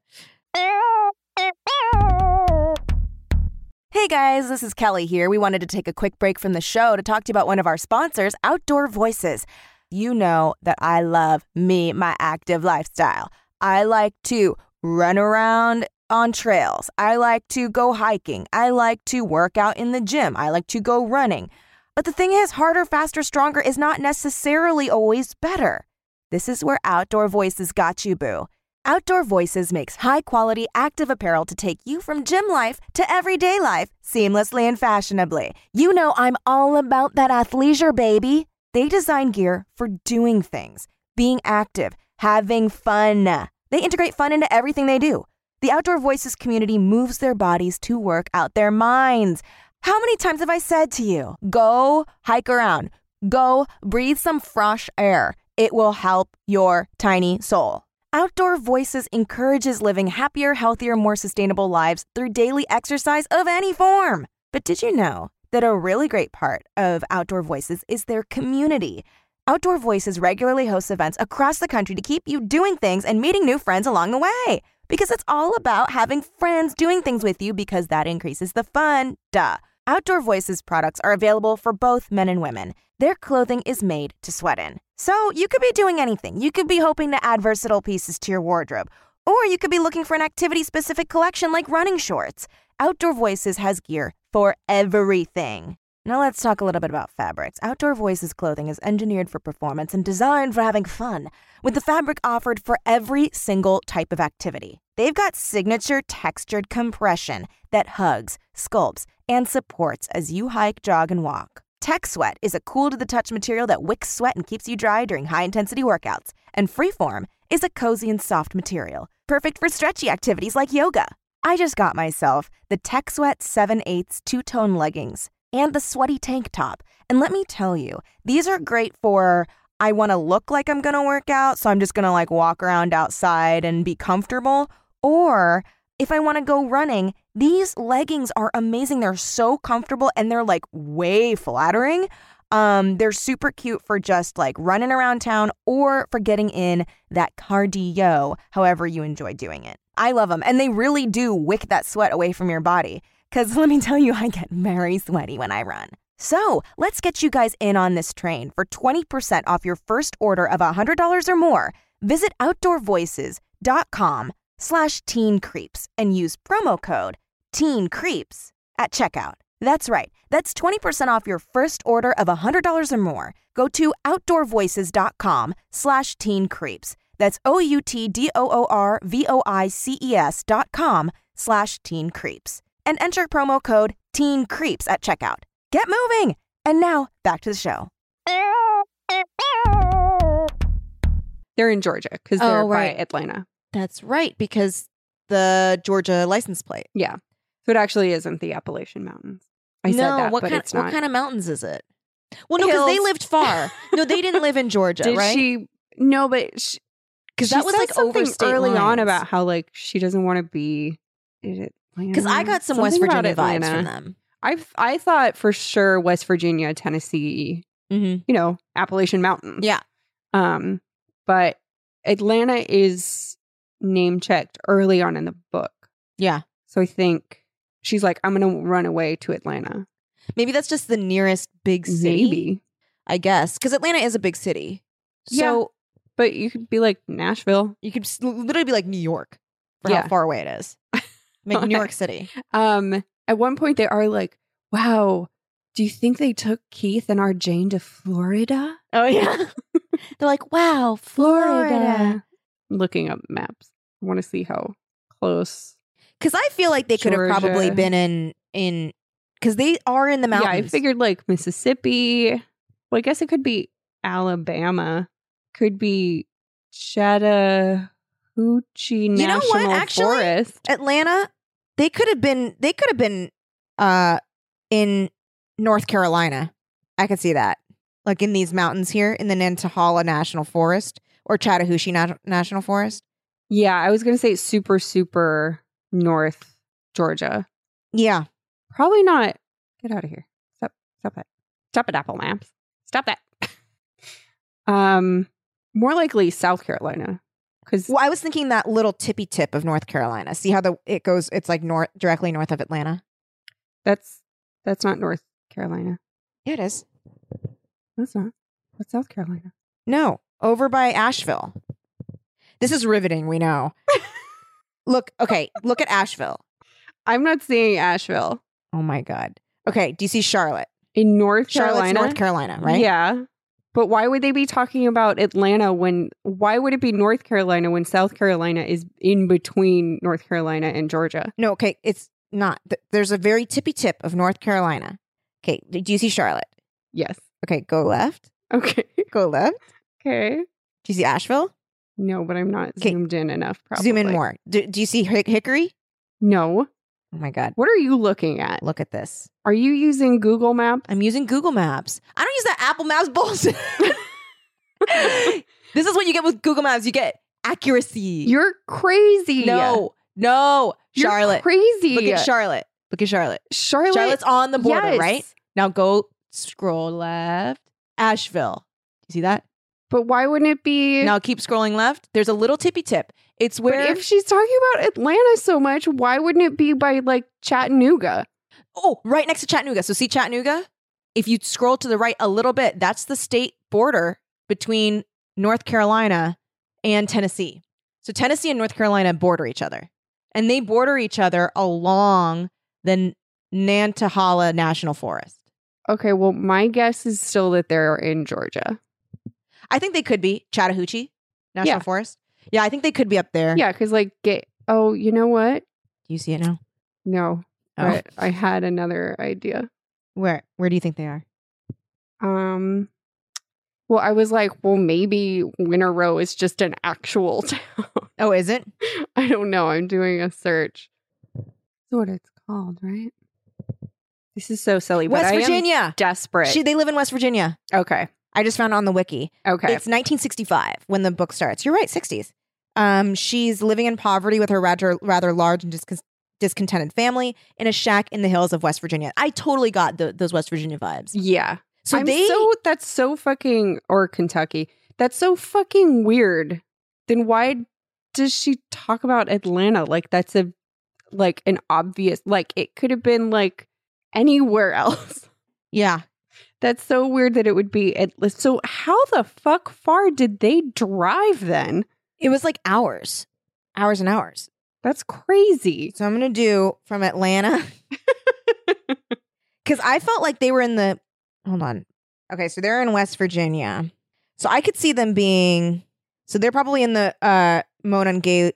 S5: Hey guys, this is Kelly here. We wanted to take a quick break from the show to talk to you about one of our sponsors, Outdoor Voices. You know that I love me, my active lifestyle. I like to run around on trails. I like to go hiking. I like to work out in the gym. I like to go running. But the thing is, harder, faster, stronger is not necessarily always better. This is where Outdoor Voices got you, boo. Outdoor Voices makes high quality active apparel to take you from gym life to everyday life seamlessly and fashionably. You know, I'm all about that athleisure, baby. They design gear for doing things, being active, having fun. They integrate fun into everything they do. The Outdoor Voices community moves their bodies to work out their minds. How many times have I said to you, go hike around, go breathe some fresh air? It will help your tiny soul. Outdoor Voices encourages living happier, healthier, more sustainable lives through daily exercise of any form. But did you know that a really great part of Outdoor Voices is their community? Outdoor Voices regularly hosts events across the country to keep you doing things and meeting new friends along the way. Because it's all about having friends doing things with you because that increases the fun. Duh. Outdoor Voices products are available for both men and women. Their clothing is made to sweat in. So you could be doing anything. You could be hoping to add versatile pieces to your wardrobe, Or you could be looking for an activity specific collection like running shorts. Outdoor Voices has gear for everything. Now let's talk a little bit about fabrics. Outdoor Voices clothing is engineered for performance and designed for having fun, with the fabric offered for every single type of activity. They've got signature textured compression that hugs, sculpts, and supports as you hike, jog, and walk. Tech Sweat is a cool to the touch material that wicks sweat and keeps you dry during high intensity workouts. And Freeform is a cozy and soft material, perfect for stretchy activities like yoga. I just got myself the Tech Sweat 7 8 two tone leggings and the sweaty tank top. And let me tell you, these are great for I want to look like I'm going to work out, so I'm just going to like walk around outside and be comfortable. Or if I want to go running, these leggings are amazing. They're so comfortable and they're like way flattering. Um, they're super cute for just like running around town or for getting in that cardio, however you enjoy doing it. I love them and they really do wick that sweat away from your body. Because let me tell you, I get very sweaty when I run. So let's get you guys in on this train for 20% off your first order of $100 or more. Visit outdoorvoices.com slash teen creeps and use promo code teen creeps at checkout. That's right. That's 20% off your first order of $100 or more. Go to outdoorvoices.com slash teen creeps. That's O-U-T-D-O-O-R-V-O-I-C-E-S E dot com slash teen creeps. And enter promo code teen creeps at checkout. Get moving! And now back to the show.
S3: They're in Georgia because they're
S4: Oh,
S3: by
S4: right.
S3: Atlanta.
S4: That's right, because the Georgia license plate.
S3: Yeah. So it actually isn't the Appalachian Mountains. I
S4: no,
S3: said that,
S4: what
S3: but
S4: kind,
S3: it's not.
S4: What kind of mountains is it? Well, no, because they
S3: Hills.
S4: lived far. no, they didn't live in Georgia,
S3: Did
S4: right?
S3: she? No, but she,
S4: Because
S3: she
S4: that was
S3: said
S4: like
S3: something
S4: over state
S3: early on
S4: lines.
S3: about how like she doesn't want to be. Because
S4: Because I got some West Virginia vibes from them.
S3: I I thought for sure West Virginia, Tennessee,
S4: Mm-hmm.
S3: you know, Appalachian Mountains.
S4: Yeah.
S3: Um, but Atlanta is name checked early on in the book,
S4: Yeah,
S3: so I think she's like, I'm gonna run away to Atlanta,
S4: maybe that's just the nearest big city.
S3: maybe.
S4: I guess because Atlanta is a big city, so
S3: But you could be like Nashville.
S4: you could s- literally be like New York for
S3: Yeah.
S4: how far away it is. Make New York City.
S3: Um, at one point they are like, "Wow, do you think they took Keith and our Jane to Florida?"
S4: Oh yeah, they're like, wow, Florida.
S3: Looking up maps, I want to see how close.
S4: Because I feel like they could have probably
S3: Georgia.
S4: been in in because they are in the mountains.
S3: Yeah, I figured like Mississippi. Well, I guess it could be Alabama. Could be Chattahoochee
S4: know
S3: National
S4: what, actually?
S3: Forest.
S4: Atlanta, they could have been they could have been uh in North Carolina. I could see that. Like in these mountains here in the Nantahala National Forest or Chattahoochee Nat- National Forest.
S3: Yeah, I was gonna say super super north Georgia.
S4: Yeah.
S3: Probably not. Get out of here. Stop. Stop that. Stop it, Apple Maps. Stop that. um, more likely South Carolina because
S4: Well, I was thinking that little tippy tip of North Carolina. See how the it goes it's like north directly north of Atlanta.
S3: that's that's not North Carolina.
S4: Yeah, it is.
S3: That's not. That's South Carolina.
S4: No, over by Asheville. This is riveting, we know. look, okay, look at Asheville.
S3: I'm not seeing Asheville
S4: Oh my god. Okay, do you see Charlotte?
S3: in North Carolina.
S4: Charlotte's North Carolina, right?
S3: Yeah. But why would they be talking about Atlanta when? Why would it be North Carolina when South Carolina is in between North Carolina and Georgia?
S4: No, okay, it's not. Th- There's a very tippy tip of North Carolina. Okay, d- do you see Charlotte?
S3: Yes.
S4: Okay, go left.
S3: Okay.
S4: Go left.
S3: Okay.
S4: Do you see Asheville?
S3: No, but I'm not
S4: 'Kay.
S3: zoomed in enough. Probably.
S4: Zoom in more. Do, do you see Hick- Hickory?
S3: No.
S4: Oh my God.
S3: What are you looking at?
S4: Look at this.
S3: Are you using Google Map?
S4: I'm using Google Maps. I don't use that Apple Maps bullshit. this is what you get with Google Maps. You get accuracy.
S3: You're crazy.
S4: no, no,
S3: You're
S4: Charlotte.
S3: Crazy.
S4: Look at Charlotte. Look at Charlotte.
S3: Charlotte.
S4: Charlotte's on the border,
S3: Yes.
S4: right? Now go scroll left. Asheville. You see that?
S3: But why wouldn't it be?
S4: Now keep scrolling left. There's a little tippy tip. It's
S3: But
S4: where
S3: if she's talking about Atlanta so much, why wouldn't it be by like Chattanooga?
S4: oh, right next to Chattanooga. So see Chattanooga? If you scroll to the right a little bit, that's the state border between North Carolina and Tennessee. So Tennessee and North Carolina border each other, and they border each other along the Nantahala National Forest.
S3: Okay, well, my guess is still that they're in Georgia.
S4: I think they could be Chattahoochee National
S3: Yeah.
S4: Forest. Yeah, I think they could be up there.
S3: Yeah, because like, get, oh, you know what?
S4: Do you see it now?
S3: No,
S4: Oh.
S3: but I had another idea.
S4: Where where do you think they are?
S3: Um, well, I was like, well, maybe Winter Row is just an actual town.
S4: Oh, is it?
S3: I don't know. I'm doing a search. That's what it's called, right? This is so silly. But
S4: West
S3: I am
S4: Virginia.
S3: desperate.
S4: She, they live in West Virginia.
S3: okay.
S4: I just found it on the wiki.
S3: Okay.
S4: It's 1965 when the book starts. You're right, 60s. Um, she's living in poverty with her rather rather large and discon- discontented family in a shack in the hills of West Virginia. I totally got the, those West Virginia vibes.
S3: yeah.
S4: So
S3: I'm
S4: they
S3: so that's so fucking or Kentucky. That's so fucking weird. Then why does she talk about Atlanta like that's a like an obvious like it could have been like anywhere else.
S4: yeah.
S3: That's so weird that it would be at least. So how the fuck far did they drive then?
S4: It was like hours, hours and hours.
S3: That's crazy.
S4: So I'm gonna do from Atlanta because I felt like they were in the. Hold on. Okay, so they're in West Virginia, so I could see them being. So they're probably in the uh, Monongalia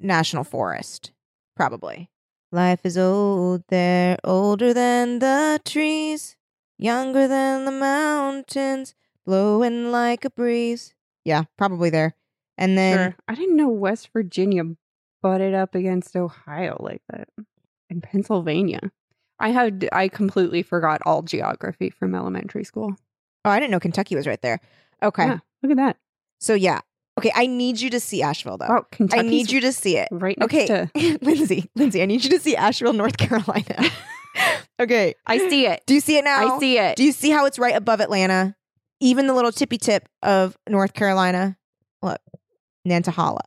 S4: National Forest, probably. Life is old there, older than the trees, younger than the mountains, blowing like a breeze. Yeah, probably there. And then
S3: Sure. I didn't know West Virginia butted up against Ohio like that and Pennsylvania. I had I completely forgot all geography from elementary school.
S4: Oh, I didn't know Kentucky was right there. Okay.
S3: Yeah, look at that.
S4: So yeah. Okay, I need you to see Asheville though.
S3: Wow,
S4: Uh, I
S3: Kentucky.
S4: need you to see it.
S3: right next
S4: Okay.
S3: to.
S4: Lindsay, Lindsay, I need you to see Asheville, North Carolina. okay.
S3: I see it.
S4: Do you see it now?
S3: I see it.
S4: Do you see how it's right above Atlanta? Even the little tippy tip of North Carolina. Look. Nantahala.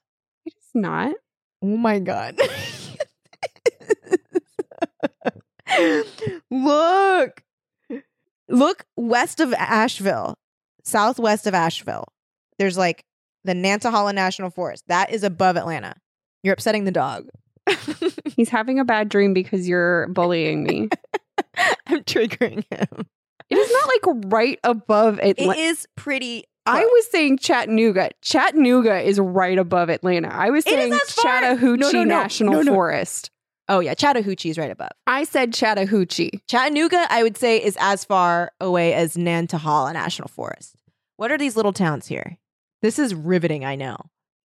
S3: it's not.
S4: Oh my god. Look. Look west of Asheville, southwest of Asheville. There's like the Nantahala National Forest. That is above Atlanta. You're upsetting the dog.
S3: He's having a bad dream because you're bullying me.
S4: I'm triggering him.
S3: it is not like right above
S4: It
S3: Atlanta.
S4: is pretty.
S3: I was saying Chattanooga. Chattanooga is right above Atlanta. I was
S4: It is
S3: saying
S4: as far-
S3: Chattahoochee
S4: No, no, no.
S3: National
S4: No, no.
S3: Forest.
S4: Oh yeah, Chattahoochee is right above.
S3: I said Chattahoochee.
S4: Chattanooga, I would say, is as far away as Nantahala National Forest. What are these little towns here? This is riveting, I know.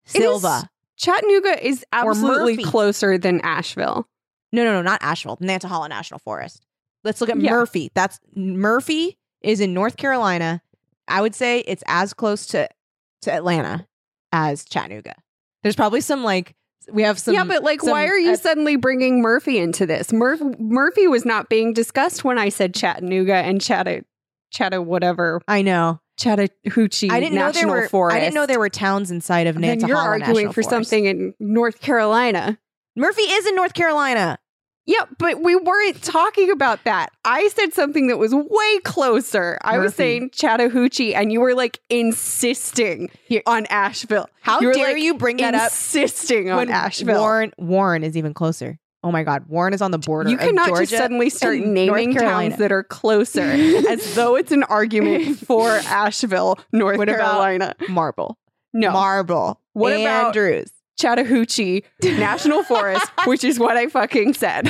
S3: It is-
S4: Silva.
S3: Chattanooga is
S4: Or
S3: absolutely
S4: Murphy.
S3: closer than Asheville.
S4: No, no, no, not Asheville. Nantahala National Forest. Let's look at
S3: Yeah.
S4: Murphy. That's Murphy is in North Carolina. I would say it's as close to to Atlanta as Chattanooga. There's probably some like we have some
S3: yeah, but like,
S4: some-
S3: why are you
S4: uh,
S3: suddenly bringing Murphy into this? Murph- Murphy was not being discussed when I said Chattanooga and Chatta, Chatta whatever,
S4: I know.
S3: Chattahoochee
S4: I didn't
S3: National
S4: know there were
S3: Forest.
S4: I didn't know there were towns inside of
S3: Then
S4: Nantahala
S3: you're arguing
S4: National
S3: for
S4: Forest.
S3: something in North Carolina.
S4: Murphy is in North Carolina.
S3: Yeah, but we weren't talking about that. I said something that was way closer. I was
S4: Murphy.
S3: saying Chattahoochee, and you were like insisting
S4: Here-
S3: on Asheville.
S4: How
S3: were,
S4: dare
S3: like,
S4: you bring that up
S3: Insisting on
S4: when
S3: Asheville.
S4: Warren Warren is even closer. Oh my God, Warren is on the border.
S3: You
S4: of
S3: cannot
S4: Georgia
S3: just suddenly start
S4: and North
S3: naming
S4: Carolina.
S3: towns that are closer as though it's an argument for Asheville, North
S4: What about-
S3: Carolina.
S4: Marble,
S3: No,
S4: Marble.
S3: What about-
S4: Andrews?
S3: Chattahoochee National Forest, which is what I fucking said.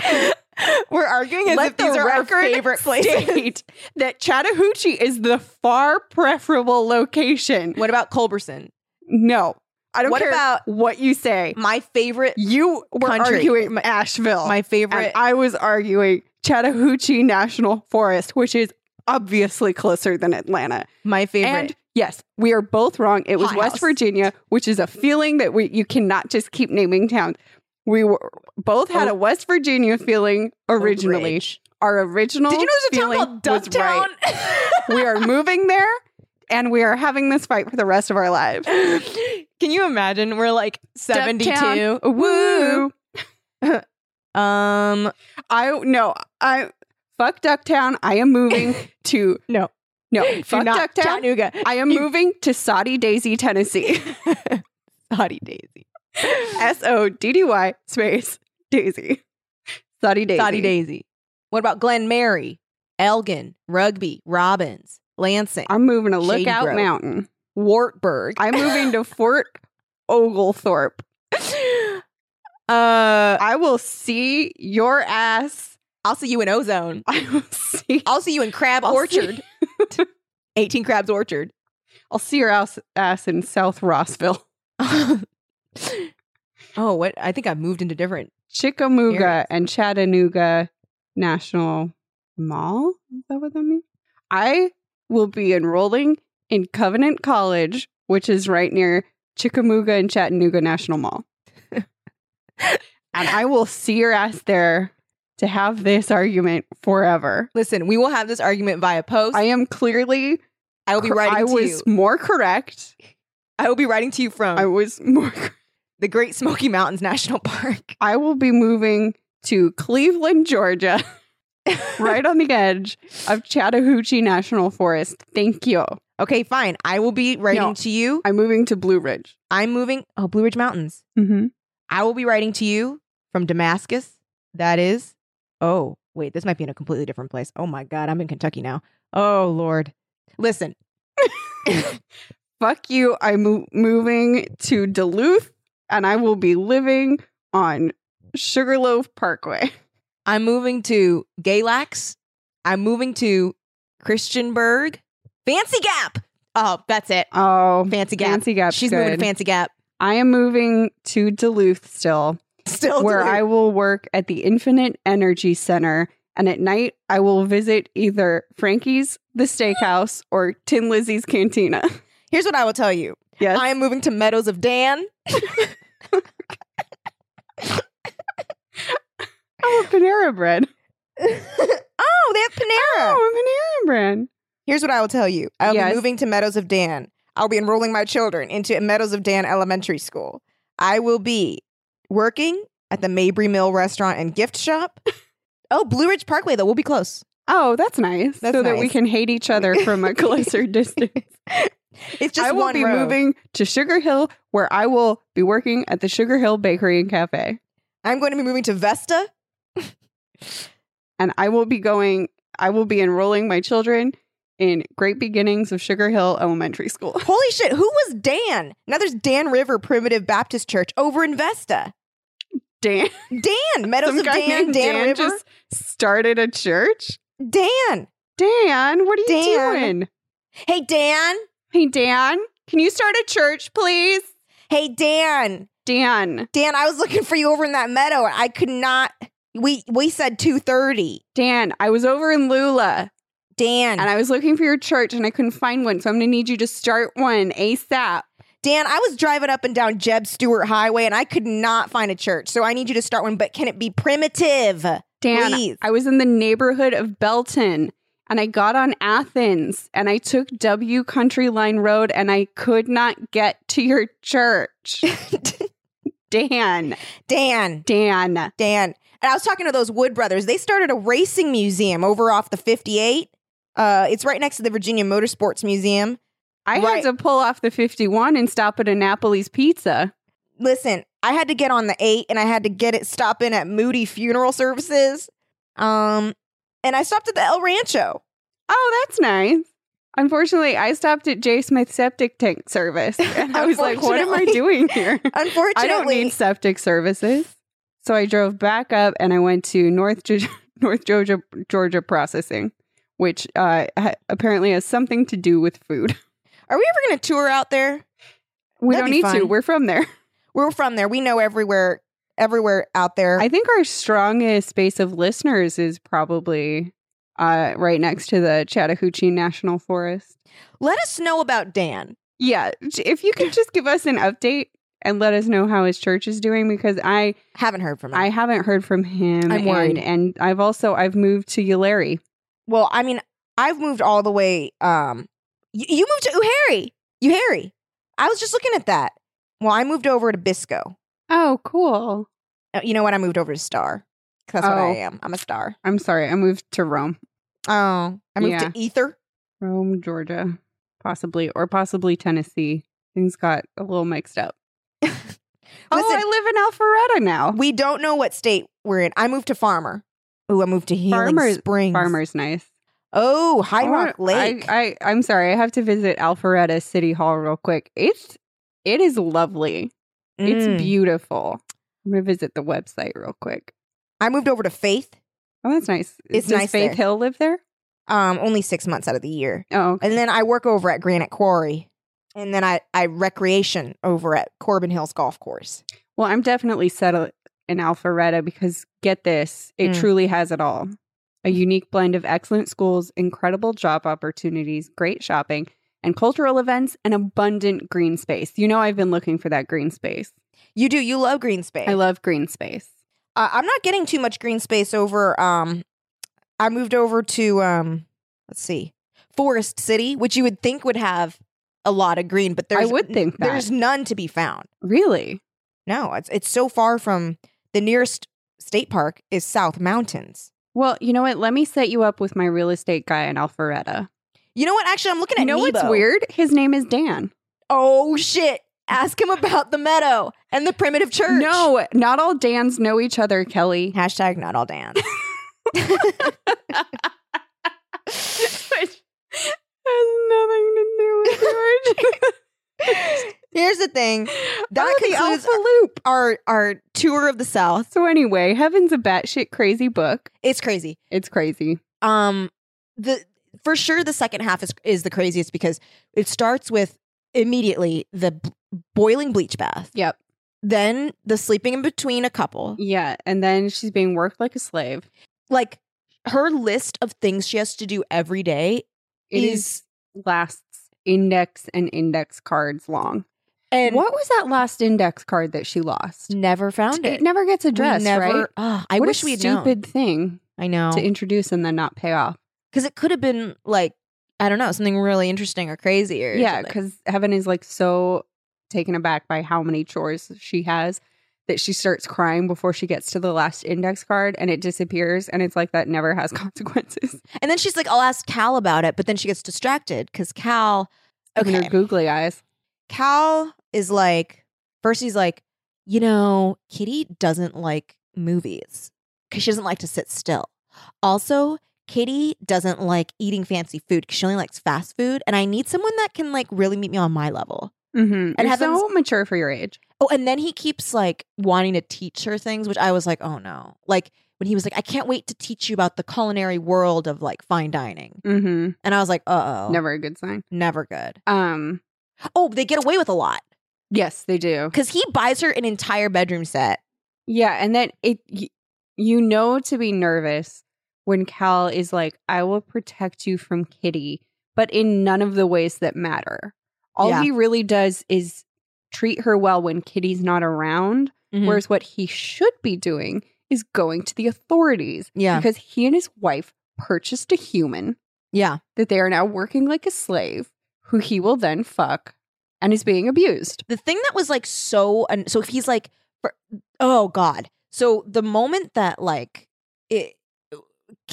S4: We're arguing as
S3: Let
S4: if these
S3: the
S4: are our
S3: record
S4: favorite places.
S3: State that Chattahoochee is the far preferable location.
S4: What about Culberson?
S3: No, I don't
S4: What
S3: care
S4: about-
S3: what you say.
S4: My favorite.
S3: You were
S4: Country.
S3: arguing Asheville.
S4: My
S3: and
S4: favorite.
S3: I was arguing Chattahoochee National Forest, which is obviously closer than Atlanta.
S4: my favorite.
S3: And yes, we are both wrong. It was
S4: Hot
S3: West
S4: house.
S3: Virginia, which is a feeling that we you cannot just keep naming towns. We were both had a West Virginia feeling originally.
S4: Ridge.
S3: Our original
S4: Did you know there's a town
S3: feeling
S4: called
S3: was
S4: Dubtown?
S3: right. we are moving there and we are having this fight for the rest of our lives.
S4: Can you imagine? We're like seventy-two.
S3: Dubtown, Woo.
S4: Um,
S3: I no, I fuck Ducktown. I am moving to
S4: No.
S3: No, fuck
S4: not
S3: Ducktown.
S4: Chattanooga.
S3: I am moving to Saudi Daisy, Tennessee. Soddy Daisy. S O D D Y space Daisy. Soddy Daisy.
S4: Dottie Daisy. What about Glen Mary, Elgin, Rugby, Robbins, Lansing,
S3: I'm moving to
S4: Shady
S3: Lookout
S4: Grove.
S3: Mountain.
S4: Wartburg?
S3: I'm moving to Fort Oglethorpe.
S4: uh,
S3: I will see your ass.
S4: I'll see you in Ozone.
S3: I will see.
S4: I'll see you in Crab
S3: I'll see-
S4: Orchard. 18 Crabs Orchard.
S3: I'll see your ass, ass in South Rossville.
S4: oh, what? I think I've moved into different. There it
S3: Chickamauga
S4: is.
S3: and Chattanooga National Mall. Is that what that means? I will be enrolling in Covenant College, which is right near Chickamauga and Chattanooga National Mall. and I will see your ass there to have this argument forever.
S4: Listen, we will have this argument via post.
S3: I
S4: I,
S3: am clearly
S4: will be
S3: cor-
S4: writing
S3: I
S4: to
S3: was
S4: you. Oh.
S3: more correct.
S4: I will be writing to you from
S3: I was more correct.
S4: the Great Smoky Mountains National Park.
S3: I will be moving to Cleveland, Georgia, right on the edge of Chattahoochee National Forest. Thank you.
S4: Okay, fine. I will be writing
S3: No.
S4: to you.
S3: I'm moving to Blue Ridge.
S4: I'm moving. Oh, Blue Ridge Mountains.
S3: Mm-hmm.
S4: I will be writing to you from Damascus. That is. Oh, wait. This might be in a completely different place. Oh my God. I'm in Kentucky now. Oh, Lord. Listen,
S3: Fuck you. I'm mo- moving to Duluth and I will be living on Sugarloaf Parkway.
S4: I'm moving to Galax. I'm moving to Christianburg. Fancy Gap. Oh, that's it.
S3: Oh,
S4: Fancy Gap.
S3: Fancy Gap.
S4: She's moving to Fancy Gap.
S3: I am moving to Duluth still.
S4: Still
S3: where
S4: doing-
S3: I will work at the Infinite Energy Center. And at night, I will visit either Frankie's, the steakhouse, or Tin Lizzie's Cantina.
S4: Here's what I will tell you.
S3: Yes.
S4: I am moving to Meadows of Dan.
S3: oh, Panera Bread.
S4: oh, they have Panera.
S3: Oh, Panera Bread.
S4: Here's what I will tell you. I'll
S3: Yes.
S4: be moving to Meadows of Dan. I'll be enrolling my children into Meadows of Dan Elementary School. I will be working at the Mabry Mill restaurant and gift shop. Oh, Blue Ridge Parkway, though. We'll be close.
S3: Oh, that's nice.
S4: That's
S3: so that we
S4: nice.
S3: can hate each other from a closer distance.
S4: It's just
S3: I will
S4: one
S3: be
S4: road.
S3: moving to Sugar Hill, where I will be working at the Sugar Hill Bakery and Cafe.
S4: I'm going to be moving to Vesta.
S3: And I will be going, I will be enrolling my children in Great Beginnings of Sugar Hill Elementary School.
S4: Holy shit, who was Dan? Now there's Dan River Primitive Baptist Church over in Vesta.
S3: Dan,
S4: Dan, Meadows
S3: some
S4: of
S3: guy
S4: Dan, Dan,
S3: named Dan
S4: River.
S3: just started a church.
S4: Dan.
S3: Dan, what are you
S4: Dan.
S3: doing?
S4: Hey, Dan.
S3: Hey, Dan, can you start a church, please?
S4: Hey, Dan.
S3: Dan,
S4: Dan, I was looking for you over in that meadow. I could not. We we said two thirty.
S3: Dan, I was over in Lula
S4: Dan,
S3: and I was looking for your church and I couldn't find one. So I'm going to need you to start one ASAP.
S4: Dan, I was driving up and down Jeb Stewart Highway, and I could not find a church. So I need you to start one. But can it be primitive?
S3: Dan,
S4: Please.
S3: I was in the neighborhood of Belton and I got on Athens and I took W Country Line Road and I could not get to your church. Dan,
S4: Dan,
S3: Dan.
S4: Dan, and I was talking to those Wood brothers. They started a racing museum over off the fifty eight. Uh, it's right next to the Virginia Motorsports Museum.
S3: I
S4: Right.
S3: had to pull off the 51 and stop at Annapolis Pizza.
S4: listen, I had to get on the eight and I had to get it stop in at Moody Funeral Services. Um, and I stopped at the El Rancho.
S3: Oh, that's nice. Unfortunately, I stopped at J. Smith Septic Tank Service. And I was like, what am I
S4: Unfortunately.
S3: doing here?
S4: Unfortunately,
S3: I don't need septic services. So I drove back up and I went to North, Ge- North Georgia, Georgia Processing, which uh, ha- apparently has something to do with food.
S4: are we ever going to tour out there?
S3: We
S4: That'd
S3: don't
S4: be
S3: need to.
S4: fun.
S3: We're from there.
S4: We're from there. We know everywhere, everywhere out there.
S3: I think our strongest base of listeners is probably uh, right next to the Chattahoochee National Forest.
S4: Let us know about Dan.
S3: Yeah, j- if you could just give us an update and let us know how his church is doing because I
S4: Haven't heard from him.
S3: I haven't heard from him.
S4: I'm worried.
S3: and, and I've also I've moved to Ullary.
S4: well, I mean, I've moved all the way. Um, you, you moved to Uharry. Uharry. I was just looking at that. Well, I moved over to Bisco.
S3: Oh, cool.
S4: Uh, You know what? I moved over to Star. 'Cause That's what I
S3: Oh.
S4: am. I'm a star.
S3: I'm sorry, I moved to Rome,
S4: Oh, I moved
S3: Yeah.
S4: to Ether.
S3: Rome, Georgia, possibly or possibly Tennessee. Things got a little mixed up. oh,
S4: Listen.
S3: I live in Alpharetta now.
S4: We don't know what state we're in. I moved to Farmer. Ooh, I moved to Healing
S3: Farmer's-
S4: Springs.
S3: Farmer's nice.
S4: Oh, High
S3: I
S4: Rock
S3: wanna-
S4: Lake.
S3: I, I I'm sorry, I have to visit Alpharetta City Hall real quick. It's it is lovely.
S4: Mm.
S3: It's beautiful. I'm gonna visit the website real quick.
S4: I moved over to Faith.
S3: Oh, that's nice.
S4: It's
S3: Does
S4: nice
S3: Faith
S4: there.
S3: Hill live there?
S4: Um, only six months out of the year,
S3: Oh, okay.
S4: and then I work over at Granite Quarry, and then I I recreation over at Corbin Hills Golf Course.
S3: well, I'm definitely settled in Alpharetta because get this, it
S4: Mm.
S3: truly has it all. A unique blend of excellent schools, incredible job opportunities, great shopping, and cultural events, and abundant green space. You know, I've been looking for that green space.
S4: You do. You love green space.
S3: I love green space.
S4: uh, I'm not getting too much green space over. Um, I moved over to um, let's see, Forest City, which you would think would have a lot of green, but there's
S3: I would think that.
S4: there's none to be found.
S3: Really?
S4: No, it's it's so far from the nearest state park is South Mountains.
S3: Well, you know what? Let me set you up with my real estate guy in Alpharetta.
S4: You know what? Actually, I'm looking at
S3: You know what's
S4: Nebo.
S3: weird? His name is Dan.
S4: Oh shit! Ask him about the meadow and the primitive church.
S3: No, not all Dans know each other, Kelly.
S4: Hashtag not all dance.
S3: Which has nothing to do with George.
S4: Here's the thing. That
S3: oh, the
S4: concludes
S3: Alpha Loop.
S4: our our tour of the South.
S3: So anyway, Heaven's a batshit crazy book.
S4: It's crazy.
S3: It's crazy.
S4: um the for sure the second half is is the craziest because it starts with immediately the b- boiling bleach bath
S3: Yep.
S4: then the sleeping in between a couple
S3: Yeah. And then she's being worked like a slave.
S4: like her list of things she has to do every day
S3: It is
S4: is
S3: lasts index and index cards long.
S4: and
S3: what was that last index card that she lost?
S4: never found it,
S3: It never gets
S4: We
S3: addressed, right?
S4: Ugh, i
S3: what
S4: wish
S3: a
S4: we had known.
S3: stupid thing
S4: i know
S3: to introduce and then not pay off.
S4: because it could have been like i don't know something really interesting or crazy or
S3: Yeah,
S4: something.
S3: because Heaven is like so taken aback by how many chores she has that she starts crying before she gets to the last index card and it disappears and it's like that never has consequences.
S4: and then she's like i'll ask cal about it but then she gets distracted because cal
S3: Even her googly eyes.
S4: Cal is like, first he's like, you know, Kitty doesn't like movies because she doesn't like to sit still. Also, Kitty doesn't like eating fancy food because she only likes fast food. And I need someone that can like really meet me on my level.
S3: Mm-hmm.
S4: And
S3: And
S4: Heaven's-
S3: so mature for your age.
S4: Oh, and then he keeps like wanting to teach her things, which I was like, oh no. Like when he was like, I can't wait to teach you about the culinary world of like fine dining.
S3: Mm-hmm.
S4: And I was like, uh oh.
S3: Never a good sign.
S4: Never good.
S3: Um.
S4: Oh, they get away with a lot
S3: Yes, they do.
S4: because he buys her an entire bedroom set.
S3: Yeah, and then it y- you know to be nervous when Cal is like, "I will protect you from Kitty," but in none of the ways that matter. All
S4: Yeah.
S3: he really does is treat her well when Kitty's not around,
S4: Whereas-
S3: whereas what he should be doing is going to the authorities
S4: yeah.
S3: because he and his wife purchased a human
S4: Yeah.
S3: that they are now working like a slave who he will then fuck and is being abused.
S4: the thing that was like so un- so if he's like for- oh god so the moment that like it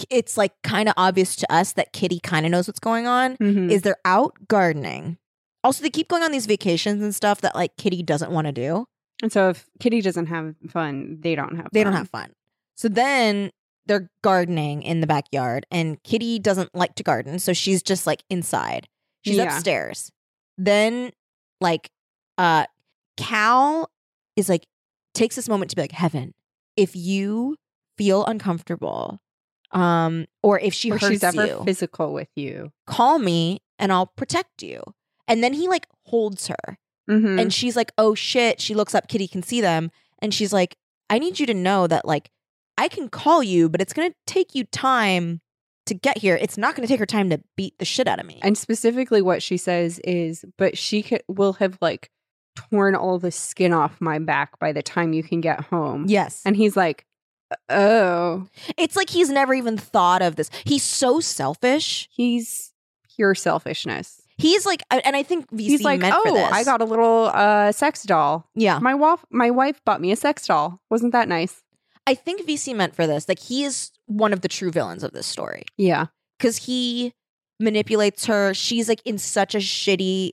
S4: it's like kind of obvious to us that kitty kind of knows what's going on is they're out gardening also they keep going on these vacations and stuff that like kitty doesn't want to do
S3: And so if Kitty doesn't have fun, they don't have
S4: they
S3: fun.
S4: don't have fun so then they're gardening in the backyard and kitty doesn't like to garden so she's just like inside she's
S3: Yeah.
S4: upstairs then like uh cal is like takes this moment to be like heaven if you feel uncomfortable um or if she
S3: or
S4: hurts
S3: she's ever
S4: you
S3: physical with you.
S4: call me and i'll protect you and then he like holds her
S3: Mm-hmm.
S4: and she's like, "Oh shit!" She looks up. Kitty can see them, and she's like, "I need you to know that like I can call you, but it's gonna take you time to get here. It's not gonna take her time to beat the shit out of me."
S3: and specifically, what she says is, "But she ca- will have like torn all the skin off my back by the time you can get home."
S4: yes,
S3: And he's like, "Oh,
S4: it's like he's never even thought of this. He's so selfish.
S3: he's pure selfishness."
S4: He's like, I- and I think VC
S3: he's like,
S4: meant
S3: "Oh,
S4: for this. Uh-huh.
S3: I got a little uh, sex doll.
S4: yeah.
S3: My wife, my wife bought me a sex doll. Wasn't that nice?"
S4: I think VC meant for this. Like he is one of the true villains of this story.
S3: Yeah,
S4: because he manipulates her. She's like in such a shitty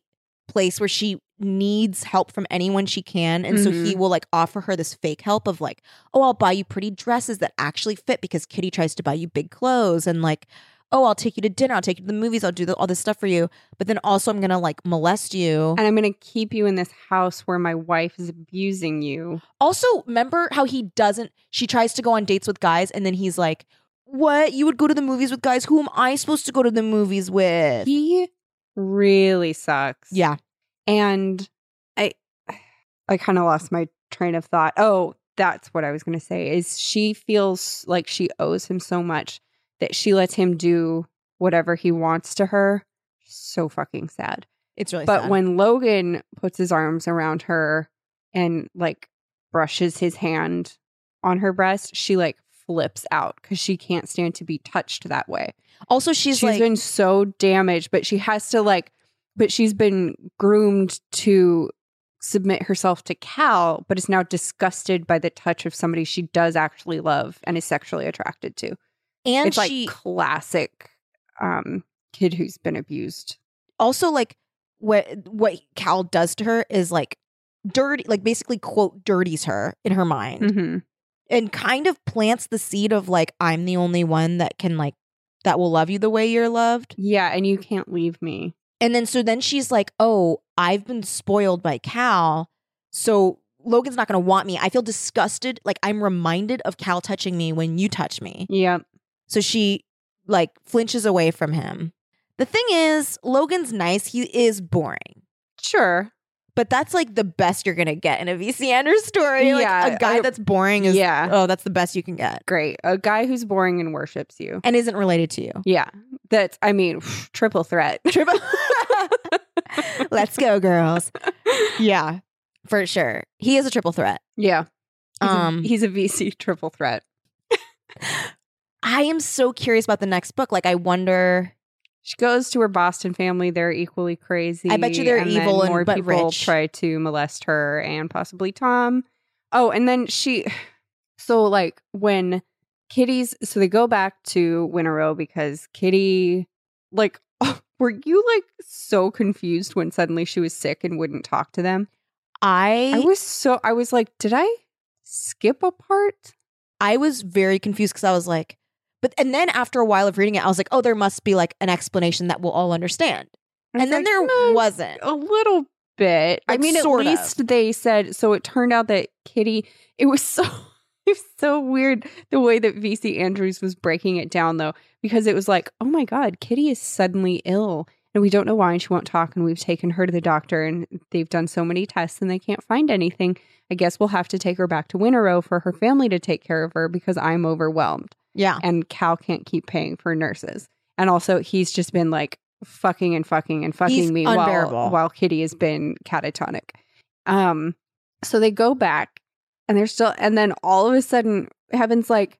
S4: place where she needs help from anyone she can and so
S3: Mm-hmm.
S4: he will like offer her this fake help of like oh i'll buy you pretty dresses that actually fit because kitty tries to buy you big clothes and like oh i'll take you to dinner i'll take you to the movies i'll do the, all this stuff for you but then also i'm gonna like molest you
S3: And I'm going to keep you in this house where my wife is abusing you.
S4: Also, remember how he doesn't, she tries to go on dates with guys, and then he's like, What? You would go to the movies with guys? Who am I supposed to go to the movies with?
S3: He really sucks.
S4: yeah.
S3: And I I kind of lost my train of thought. Oh, that's what I was going to say. Is she feels like she owes him so much that she lets him do whatever he wants to her. So fucking sad.
S4: It's really
S3: But
S4: sad.
S3: when Logan puts his arms around her and like brushes his hand on her breast, she like flips out because she can't stand to be touched that way.
S4: also,
S3: She's
S4: she's, like,
S3: been so damaged, but she has to like, but she's been groomed to submit herself to Cal, but is now disgusted by the touch of somebody she does actually love and is sexually attracted to.
S4: and
S3: it's like
S4: she
S3: classic um kid who's been abused.
S4: also, like, what, what Cal does to her is like dirty, like, basically, quote, dirties her in her mind
S3: Mm-hmm.
S4: and kind of plants the seed of like, I'm the only one that can, like, that will love you the way you're loved.
S3: Yeah, and you can't leave me.
S4: And then so then she's like, "Oh, I've been spoiled by Cal, so Logan's not going to want me. I feel disgusted. Like I'm reminded of Cal touching me when you touch me."
S3: Yeah.
S4: So she like flinches away from him. The thing is, Logan's nice. He is boring.
S3: Sure.
S4: But that's like the best you're going to get in a VC Anders story. Like,
S3: Yeah,
S4: a guy
S3: I-
S4: that's boring is
S3: yeah.
S4: oh, that's the best you can get
S3: Great. A guy who's boring and worships you.
S4: and isn't related to you.
S3: Yeah. That's I mean, triple threat. Triple
S4: Let's go, girls. yeah. For sure. He is a triple threat.
S3: Yeah. He's a-
S4: Um,
S3: he's a VC triple threat.
S4: I am so curious about the next book. Like, I wonder.
S3: She goes to her Boston family. They're equally crazy.
S4: I bet you they're
S3: then
S4: evil and-
S3: more
S4: but
S3: people
S4: rich.
S3: try to molest her and possibly Tom. Oh, and then she. So like when Kitty's, so they go back to Winterow because Kitty, like, were you like so confused when suddenly she was sick and wouldn't talk to them?
S4: I
S3: I was so I was like, did I skip a part?
S4: I was very confused because I was like, but and then after a while of reading it, I was like, oh, there must be like an explanation that we'll all understand.
S3: I was
S4: And then
S3: like,
S4: there
S3: "No,
S4: wasn't.
S3: a little bit.
S4: Like,
S3: I mean, at
S4: sort of.
S3: least they said so. It turned out that Kitty. It was so. It was so weird the way that VC Andrews was breaking it down, though, because it was like, oh my God, Kitty is suddenly ill, and we don't know why, and she won't talk, and we've taken her to the doctor, and they've done so many tests, and they can't find anything. I guess we'll have to take her back to Winterow for her family to take care of her because I'm overwhelmed
S4: Yeah.
S3: and Cal can't keep paying for nurses. And also, he's just been like fucking and fucking and fucking
S4: He's
S3: me
S4: unbearable.
S3: while while Kitty has been catatonic. Um, so they go back, and they're still, and then all of a sudden, Heaven's like,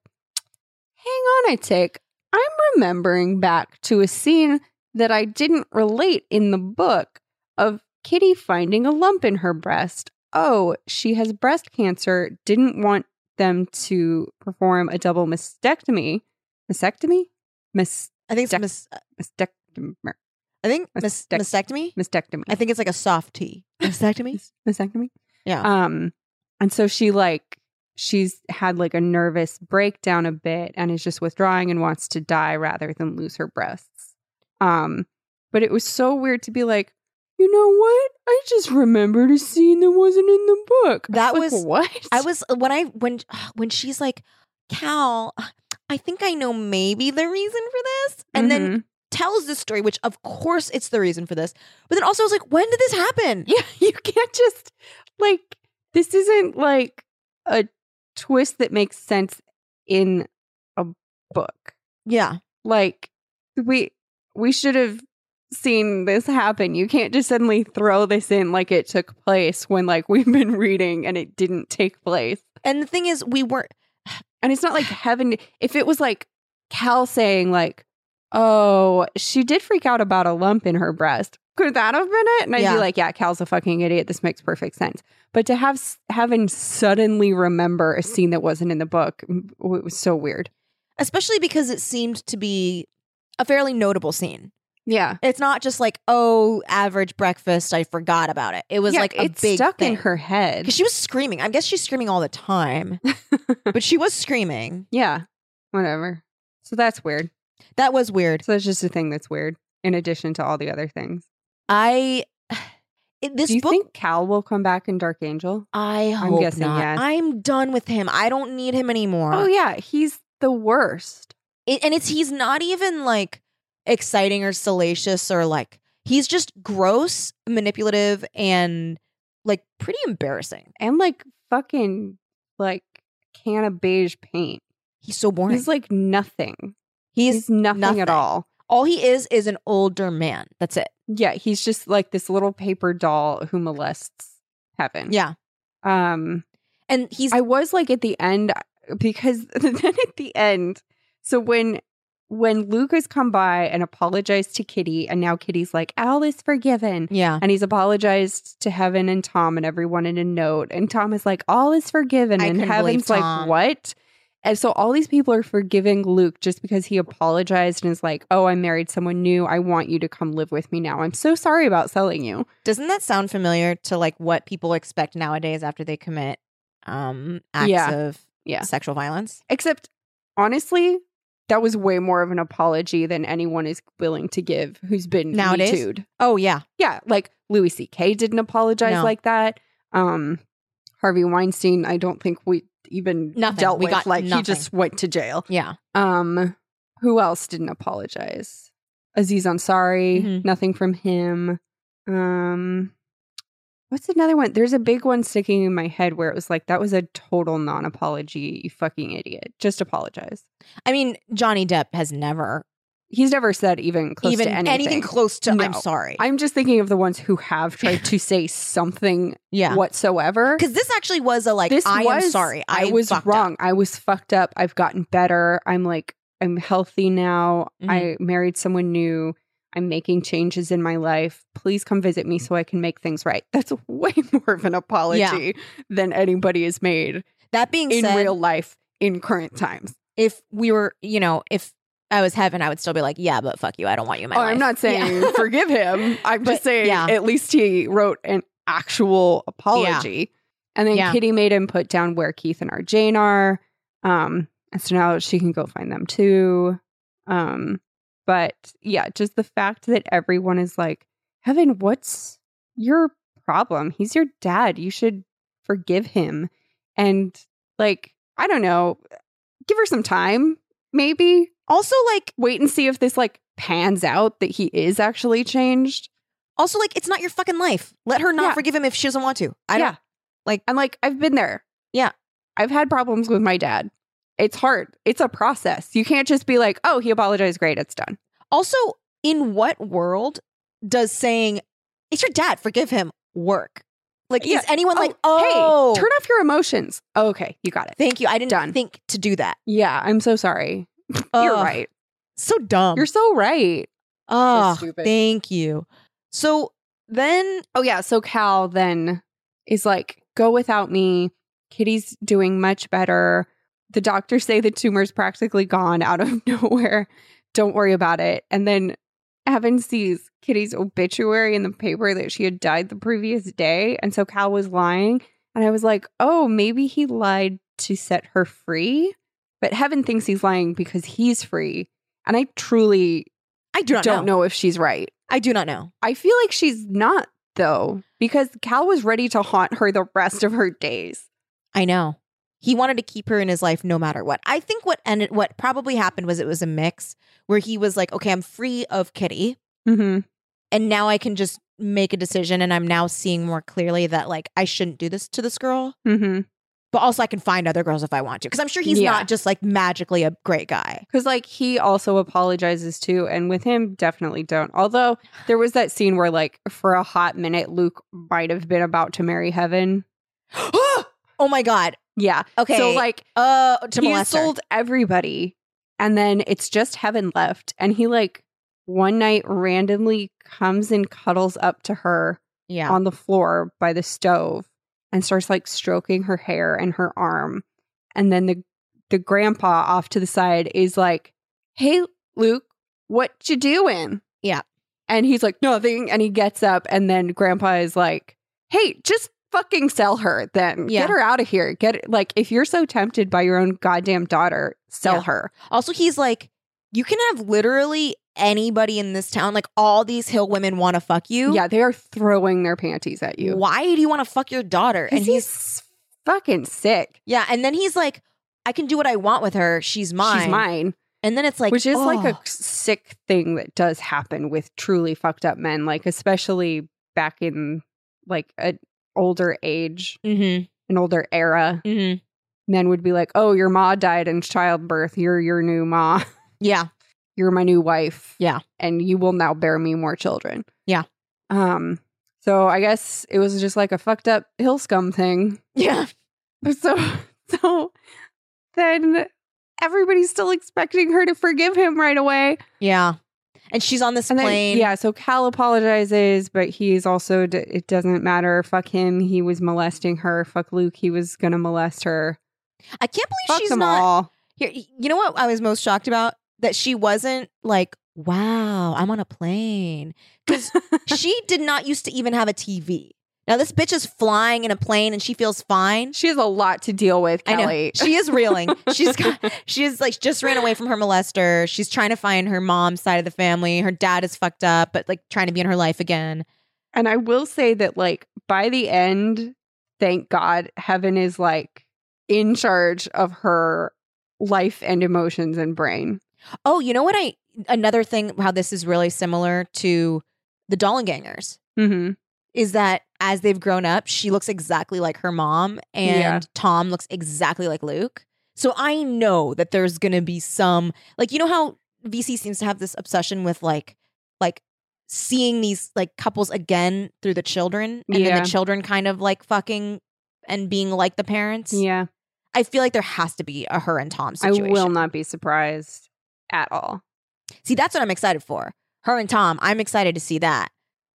S3: "Hang on a tick, I'm remembering back to a scene that I didn't relate in the book of Kitty finding a lump in her breast. Oh, she has breast cancer. Didn't want them to perform a double mastectomy. Mastectomy? Mas-
S4: I think it's
S3: Dec-
S4: mis-
S3: mastectomy.
S4: I think mis-
S3: Mastec-
S4: mastectomy.
S3: Mastectomy.
S4: I think it's like a soft T. Mastectomy.
S3: mastectomy.
S4: Yeah.
S3: Um, and so she like she's had like a nervous breakdown a bit and is just withdrawing and wants to die rather than lose her breasts. Um, but it was so weird to be like, you know what? I just remembered a scene that wasn't in the book. I
S4: That
S3: like,
S4: was-
S3: what
S4: I was uh, when I when when she's like, Cal, I think I know maybe the reason for this, and then
S3: Mhm.
S4: tells this story, which of course it's the reason for this. But then also I was like, when did this happen?
S3: yeah, you can't just like this isn't like a twist that makes sense in a book.
S4: Yeah.
S3: like we we should have seen this happen you can't just suddenly throw this in like it took place when like we've been reading and it didn't take place
S4: And the thing is, we weren't.
S3: and it's not like heaven if it was like cal saying like oh she did freak out about a lump in her breast could that have been it and i'd
S4: Yeah.
S3: be like yeah cal's a fucking idiot this makes perfect sense but to have s- heaven suddenly remember a scene that wasn't in the book m- it was so weird
S4: especially because it seemed to be a fairly notable scene.
S3: Yeah.
S4: It's not just like, oh, average breakfast, I forgot about it. It was
S3: Yeah,
S4: like a
S3: it's
S4: big
S3: stuck
S4: thing.
S3: in her head.
S4: Because she was screaming. I guess she's screaming all the time, but she was screaming.
S3: yeah. Whatever. So that's weird.
S4: That was weird.
S3: So that's just a thing that's weird. In addition to all the other things,
S4: I it, this
S3: do you
S4: book.
S3: think Cal will come back in Dark Angel?
S4: I hope
S3: guessing
S4: not.
S3: yes.
S4: I'm done with him. I don't need him anymore.
S3: Oh yeah, he's the worst.
S4: It- and it's he's not even like exciting or salacious or like he's just gross, manipulative, and like pretty embarrassing.
S3: And like fucking like can of beige paint.
S4: He's so boring.
S3: He's like nothing.
S4: he's
S3: He's nothing,
S4: nothing.
S3: at all.
S4: all he is is an older man. That's it.
S3: Yeah, he's just like this little paper doll who molests heaven.
S4: Yeah,
S3: Um
S4: and he's
S3: I was like at the end uh, because then at the end, so when when Luke has come by and apologized to Kitty, and now Kitty's like, Al is forgiven.
S4: yeah.
S3: And he's apologized to Heaven and Tom and everyone in a note. And Tom is like, all is forgiven.
S4: I
S3: and
S4: couldn't believe
S3: Heaven's like,
S4: Tom.
S3: what? And so all these people are forgiving Luke just because he apologized and is like, oh, I married someone new. I want you to come live with me now. I'm so sorry about selling you.
S4: Doesn't that sound familiar to like what people expect nowadays after they commit um acts
S3: Yeah.
S4: of
S3: Yeah.
S4: sexual violence?
S3: Except honestly, that was way more of an apology than anyone is willing to give who's been
S4: Nowadays?
S3: Me Too'd.
S4: Oh yeah.
S3: Yeah, like Louis C.K. didn't apologize
S4: No.
S3: like that. Um, Harvey Weinstein, I don't think we even
S4: Nothing.
S3: dealt
S4: We
S3: with.
S4: got
S3: like he
S4: nothing.
S3: just went to jail.
S4: Yeah.
S3: Um, who else didn't apologize? Aziz Ansari,
S4: Mhm.
S3: nothing from him. Um, what's another one? There's a big one sticking in my head where it was like, that was a total non apology, you fucking idiot. Just apologize.
S4: I mean, Johnny Depp has never
S3: He's never said even close
S4: even
S3: to anything.
S4: close to I'm
S3: No.
S4: sorry.
S3: I'm just thinking of the ones who have tried to say something
S4: yeah.
S3: whatsoever.
S4: Because this actually was a like
S3: this
S4: I
S3: was,
S4: am sorry. I,
S3: was
S4: fucked up."
S3: wrong. I was fucked up. I've gotten better. I'm like, I'm healthy now.
S4: Mhm.
S3: I married someone new. I'm making changes in my life. Please come visit me so I can make things right. That's way more of an apology than anybody has made
S4: That being
S3: in
S4: said,
S3: real life in current times.
S4: if we were, you know, if I was heaven, I would still be like, yeah, but fuck you. I don't want you in my
S3: Oh,
S4: life.
S3: I'm not saying
S4: Yeah.
S3: forgive him. I'm
S4: But,
S3: just saying
S4: yeah.
S3: at least he wrote an actual apology. And then
S4: Yeah.
S3: Kitty made him put down where Keith and our Jane are. Um, and so now she can go find them too. Um, but yeah, just the fact that everyone is like, Heaven, what's your problem? He's your dad. You should forgive him. And like, I don't know, give her some time, maybe
S4: also like
S3: wait and see if this like pans out that he is actually changed.
S4: also like it's not your fucking life. Let her not
S3: Yeah.
S4: forgive him if she doesn't want to. I
S3: yeah.
S4: don't like-
S3: I'm like, I've been there.
S4: Yeah.
S3: I've had problems with my dad. It's hard. It's a process. You can't just be like, oh, he apologized. Great. It's done.
S4: Also, in what world does saying it's your dad, forgive him, work? Like,
S3: Yeah.
S4: is anyone
S3: Oh,
S4: like, oh,
S3: Hey, turn off your emotions. Okay. You got it.
S4: thank you. I didn't
S3: Done.
S4: think to do that.
S3: yeah. I'm so sorry. You're
S4: Ugh,
S3: right.
S4: So dumb.
S3: You're so right.
S4: oh,
S3: stupid.
S4: thank you. So then,
S3: Oh, yeah. So Cal then is like, go without me. Kitty's doing much better. The doctors say the tumor's practically gone out of nowhere. Don't worry about it. And then Evan sees Kitty's obituary in the paper that she had died the previous day. And so Cal was lying. And I was like, oh, maybe he lied to set her free. But Heaven thinks he's lying because he's free. And I truly
S4: I do not
S3: don't know if she's right.
S4: I do not know.
S3: I feel like she's not though, because Cal was ready to haunt her the rest of her days.
S4: I know. He wanted to keep her in his life no matter what. I think what ended, what probably happened was it was a mix where he was like, okay, I'm free of Kitty.
S3: Mm-hmm.
S4: and now I can just make a decision and I'm now seeing more clearly that like I shouldn't do this to this girl,
S3: Mm-hmm.
S4: but also I can find other girls if I want to because I'm sure he's
S3: Yeah.
S4: not just like magically a great guy.
S3: Because like he also apologizes too, and with him definitely don't. Although there was that scene where like for a hot minute Luke might have been about to marry Heaven.
S4: oh my god.
S3: Yeah.
S4: Okay.
S3: So like
S4: uh to
S3: he
S4: molest her.
S3: sold everybody, and then it's just Heaven left, and he like one night randomly comes and cuddles up to her
S4: Yeah.
S3: on the floor by the stove and starts like stroking her hair and her arm. And then the the grandpa off to the side is like, "Hey, Luke, what you doing?"
S4: Yeah.
S3: And he's like, nothing. And he gets up. And then grandpa is like, hey, just fucking sell her then.
S4: Yeah.
S3: Get her out of here. Get like, if you're so tempted by your own goddamn daughter, sell
S4: Yeah.
S3: her.
S4: Also, he's like, you can have literally anybody in this town. Like all these hill women want to fuck you.
S3: Yeah, they are throwing their panties at you.
S4: Why do you want to fuck your daughter?
S3: And he's, fucking sick.
S4: yeah, and then he's like, I can do what I want with her. She's mine.
S3: She's mine.
S4: And then it's like,
S3: Which is like
S4: oh.
S3: a sick thing that does happen with truly fucked up men, like especially back in like an older age,
S4: Mhm,
S3: an older era.
S4: mhm.
S3: Men would be like, "Oh, your ma died in childbirth. You're your new ma.
S4: Yeah.
S3: You're my new wife.
S4: Yeah.
S3: and you will now bear me more children."
S4: Yeah.
S3: Um. So I guess it was just like a fucked up hill scum thing.
S4: Yeah.
S3: So so then everybody's still expecting her to forgive him right away.
S4: Yeah. And she's on this
S3: And then-
S4: plane.
S3: yeah, so Cal apologizes, but he's also d- it doesn't matter. Fuck him. He was molesting her. Fuck Luke. He was gonna molest her.
S4: I can't believe
S3: Fuck
S4: she's
S3: them
S4: not.
S3: all.
S4: Here, y- you know what I was most shocked about? That she wasn't like, wow, I'm on a plane. Because she did not used to even have a TV. Now this bitch is flying in a plane and she feels fine.
S3: She has a lot to deal with,
S4: I know.
S3: Kelly.
S4: She is reeling. She's got, she is like just ran away from her molester. She's trying to find her mom's side of the family. Her dad is fucked up, but like trying to be in her life again.
S3: And I will say that, like, by the end, thank God, Heaven is like in charge of her life and emotions and brain.
S4: Oh, you know what I another thing how this is really similar to the Dollengangers.
S3: Mm-hmm.
S4: is that as they've grown up, she looks exactly like her mom, and
S3: Yeah.
S4: Tom looks exactly like Luke. So I know that there's gonna be some like you know how VC seems to have this obsession with like like seeing these like couples again through the children, and then
S3: Yeah.
S4: the children kind of like fucking and being like the parents.
S3: Yeah.
S4: I feel like there has to be a her and Tom
S3: I
S4: situation.
S3: will not be surprised at all.
S4: See, that's what I'm excited for. Her and Tom, I'm excited to see that.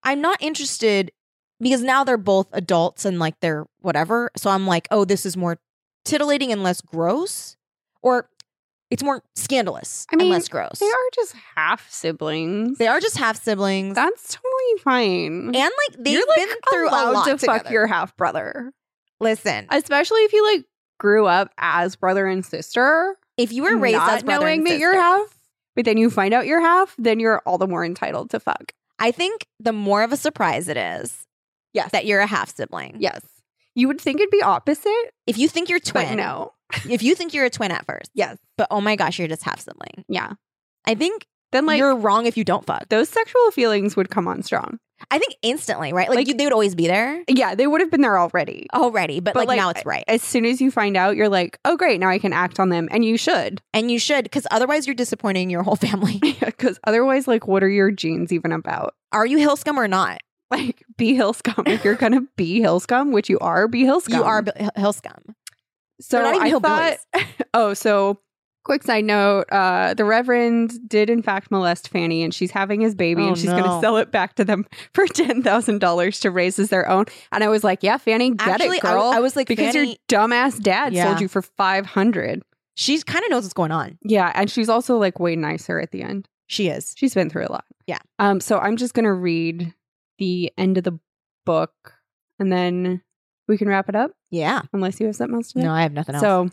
S4: I'm not interested because now they're both adults and like they're whatever. So I'm like, oh, this is more titillating and less gross, or it's more scandalous
S3: I mean,
S4: and less gross.
S3: They are just half siblings.
S4: They are just half siblings,
S3: That's totally fine.
S4: and like they've
S3: You're like
S4: been through a
S3: allowed
S4: lot
S3: to
S4: together.
S3: fuck your half brother,
S4: Listen,
S3: especially if you like grew up as brother and sister.
S4: if you were raised
S3: not
S4: as brother
S3: knowing
S4: and
S3: that you're
S4: sister-
S3: half, but then you find out you're half, then you're all the more entitled to fuck.
S4: I think the more of a surprise it is,
S3: Yes.
S4: that you're a half sibling.
S3: Yes. You would think it'd be opposite,
S4: If you think you're
S3: but
S4: twin,
S3: no.
S4: if you think you're a twin at first,
S3: Yes.
S4: but oh my gosh, you're just half sibling.
S3: Yeah.
S4: I think
S3: Then like
S4: you're wrong if you don't fuck.
S3: those sexual feelings would come on strong.
S4: I think instantly, right? Like,
S3: Like-
S4: you, they would always be there
S3: Yeah, they would have been there already.
S4: already, but,
S3: But,
S4: like,
S3: like,
S4: now it's right,
S3: As soon as you find out, you're like, oh great, now I can act on them. And you should.
S4: and you should because otherwise you're disappointing your whole family.
S3: Because otherwise, like what are your genes even about?
S4: Are you hill scum or not?
S3: Like be hill scum. If you're gonna be hill scum, which you are be hill scum.
S4: You are b- h- hill scum.
S3: So
S4: They're not
S3: I
S4: even
S3: thought, oh, so quick side note: uh, the Reverend did in fact molest Fanny, and she's having his baby,
S4: Oh,
S3: and she's going
S4: no.
S3: to sell it back to them for ten thousand dollars to raise as their own. And I was like, yeah, Fanny, get
S4: Actually,
S3: it,
S4: I,
S3: girl,
S4: I was like,
S3: because
S4: Fanny,
S3: your dumbass dad
S4: Yeah.
S3: sold you for five hundred.
S4: she kind of knows what's going on.
S3: Yeah, and she's also like way nicer at the end.
S4: She is.
S3: She's been through a lot.
S4: Yeah.
S3: Um. So I'm just going to read the end of the book, and then we can wrap it up.
S4: Yeah.
S3: Unless you have something else to say.
S4: No, I have nothing else.
S3: So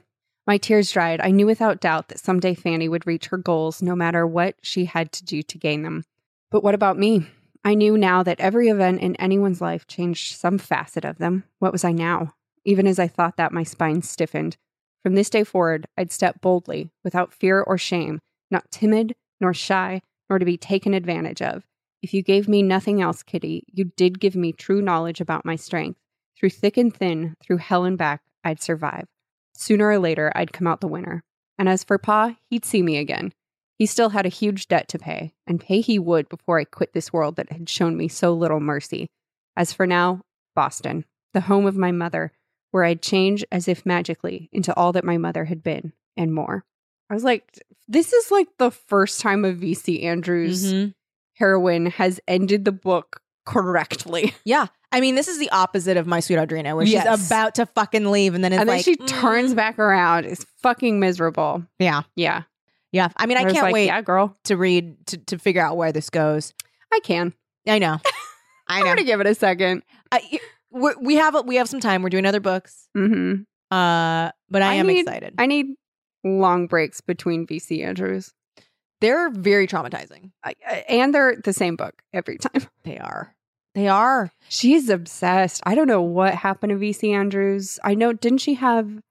S3: my tears dried. I knew without doubt that someday Fanny would reach her goals no matter what she had to do to gain them. But what about me? I knew now that every event in anyone's life changed some facet of them. What was I now? Even as I thought that, my spine stiffened. From this day forward, I'd step boldly, without fear or shame, not timid, nor shy, nor to be taken advantage of. If you gave me nothing else, Kitty, you did give me true knowledge about my strength. Through thick and thin, through hell and back, I'd survive. Sooner or later, I'd come out the winner. And as for Pa, he'd see me again. He still had a huge debt to pay, and pay he would before I quit this world that had shown me so little mercy. As for now, Boston, the home of my mother, where I'd change as if magically into all that my mother had been and more. I was like, this is like the first time a VC Andrews
S4: Mhm.
S3: heroine has ended the book correctly.
S4: yeah. I mean, this is the opposite of my sweet Audrina, where
S3: Yes.
S4: she's about to fucking leave, and then it's
S3: and then
S4: like
S3: she
S4: mm,
S3: turns back around. It's fucking miserable.
S4: Yeah.
S3: Yeah.
S4: Yeah. I mean, I
S3: was
S4: can't
S3: like,
S4: wait
S3: Yeah, girl.
S4: to read to to figure out where this goes.
S3: I can.
S4: I know. I
S3: I'm
S4: know.
S3: gonna give it a 2nd
S4: I, we're, we have a, we have some time. We're doing other books.
S3: Mm-hmm.
S4: Uh, but I,
S3: I
S4: am
S3: need-
S4: excited.
S3: I need long breaks between VC Andrews,
S4: They're very traumatizing.
S3: I, I- and they're the same book every time.
S4: They are. They are.
S3: She's obsessed. I don't know what happened to VC Andrews. I know didn't she have an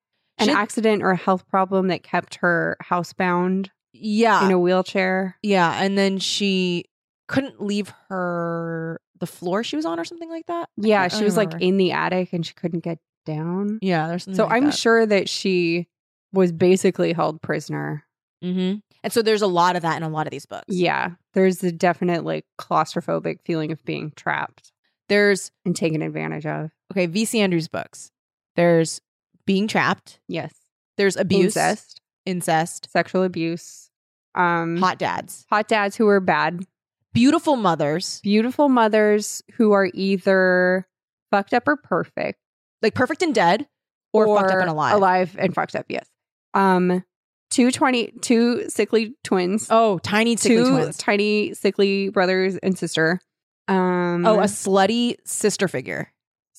S4: She-
S3: accident or a health problem that kept her housebound
S4: Yeah.
S3: in a wheelchair?
S4: yeah. And then she couldn't leave her the floor she was on or something like that. I
S3: Yeah,
S4: can't- I
S3: she
S4: don't
S3: was like
S4: remember.
S3: in the attic and she couldn't get down.
S4: yeah. There's something
S3: So
S4: like
S3: I'm
S4: Mm, that.
S3: sure that she was basically held prisoner.
S4: Mm-hmm. And so there's a lot of that in a lot of these books.
S3: Yeah, there's a definite like claustrophobic feeling of being trapped
S4: There's
S3: and taken advantage of.
S4: okay. VC Andrews books. There's being trapped.
S3: Yes,
S4: There's abuse,
S3: incest,
S4: incest,
S3: sexual abuse, um,
S4: hot dads,
S3: hot dads who are bad,
S4: beautiful mothers,
S3: beautiful mothers who are either fucked up or perfect,
S4: like perfect and dead, or, fucked up and alive.
S3: alive and fucked up. Yes, um, two twenty, two sickly twins,
S4: Oh, tiny sickly
S3: two
S4: twins.
S3: tiny sickly brothers and sister. Um,
S4: Oh, a slutty sister figure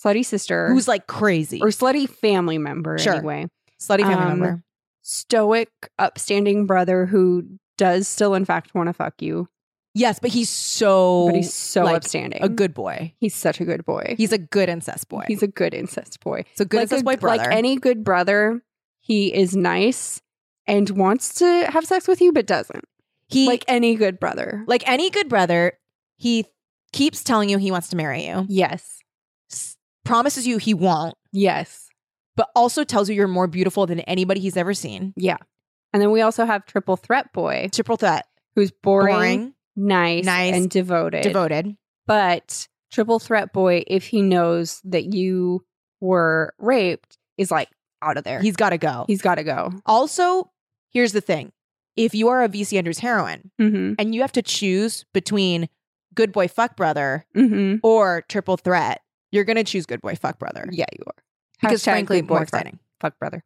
S3: slutty sister
S4: who's like crazy.
S3: or slutty family member
S4: Sure.
S3: anyway.
S4: slutty family
S3: um,
S4: member.
S3: stoic, upstanding brother who does still, in fact, want to fuck you,
S4: Yes, but he's so
S3: but he's so
S4: Oh, like,
S3: upstanding.
S4: a good boy.
S3: he's such a good boy.
S4: He's a good incest boy.
S3: He's a good incest boy.
S4: so good
S3: like
S4: incest
S3: a-
S4: boy brother.
S3: Like any good brother, he is nice and wants to have sex with you, but doesn't.
S4: he
S3: like
S4: like,
S3: any good brother.
S4: like any good brother, he keeps telling you he wants to marry you.
S3: yes,
S4: S- promises you he won't,
S3: yes,
S4: but also tells you you're more beautiful than anybody he's ever seen.
S3: yeah. And then we also have triple threat boy,
S4: Triple threat.
S3: who's boring,
S4: Boring,
S3: nice,
S4: nice,
S3: and devoted.
S4: devoted.
S3: but triple threat boy if he knows that you were raped is like out of there
S4: He's got to go.
S3: he's got to go
S4: also, here's the thing. If you are a VC Andrews heroine,
S3: mm-hmm.
S4: and you have to choose between good boy fuck brother
S3: Mm-hmm.
S4: or triple threat, you're gonna choose good boy fuck brother.
S3: yeah you are
S4: Because
S3: Hashtag
S4: frankly,
S3: good
S4: more
S3: boy,
S4: exciting.
S3: fuck, fuck brother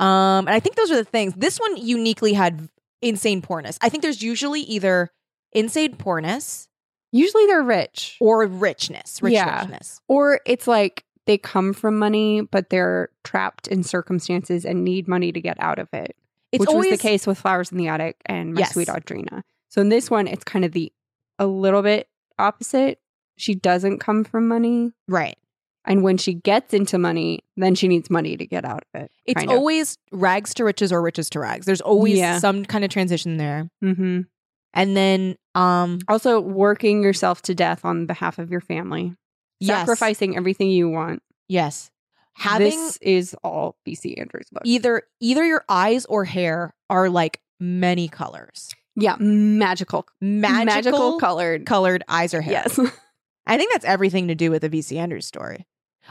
S4: Um, and I think those are the things. This one uniquely had insane poorness. I think there's usually either insane poorness
S3: usually they're rich
S4: or richness. Rich
S3: Yeah.
S4: richness.
S3: or it's like they come from money but they're trapped in circumstances and need money to get out of it
S4: It's
S3: which
S4: always
S3: was the case with flowers in the attic and my
S4: Yes.
S3: sweet audrina so in this one it's kind of the a little bit opposite she doesn't come from money
S4: Right.
S3: And when she gets into money, then she needs money to get out of it.
S4: It's
S3: kind of.
S4: always rags to riches or riches to rags. There's always
S3: Yeah.
S4: some kind of transition there.
S3: Mhm.
S4: And then um
S3: also working yourself to death on behalf of your family,
S4: yes.
S3: sacrificing everything you want.
S4: Yes. Having E
S3: this is all BC Andrews' book.
S4: either either your eyes or hair are like many colors.
S3: yeah, magical,
S4: Magical,
S3: colored.
S4: colored eyes or hair.
S3: yes.
S4: I think that's everything to do with the VC Andrews story.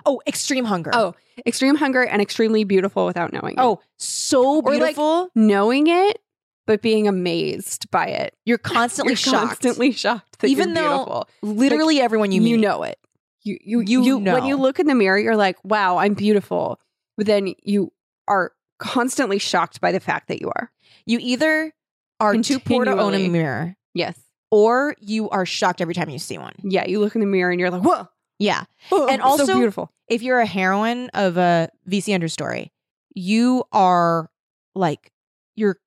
S4: Oh, extreme hunger.
S3: Oh, extreme hunger and extremely beautiful without knowing. it.
S4: oh, so
S3: Or, like,
S4: beautiful.
S3: knowing it, but being amazed by it.
S4: you're constantly
S3: You're
S4: shocked.
S3: Constantly shocked that
S4: Even
S3: you're
S4: though
S3: beautiful.
S4: Literally everyone you
S3: you,
S4: meet.
S3: know it. You you
S4: You
S3: you,
S4: know.
S3: when you look in the mirror, you're like, wow, I'm beautiful. But then you are constantly shocked by the fact that you are.
S4: You either are too poor to own a
S3: Continually.
S4: mirror,
S3: Yes.
S4: or you are shocked every time you see one.
S3: Yeah. You look in the mirror and you're like, whoa.
S4: Yeah.
S3: oh,
S4: And
S3: it's so
S4: also-
S3: beautiful.
S4: If you're a heroine of a VC Andrews story, you are like you're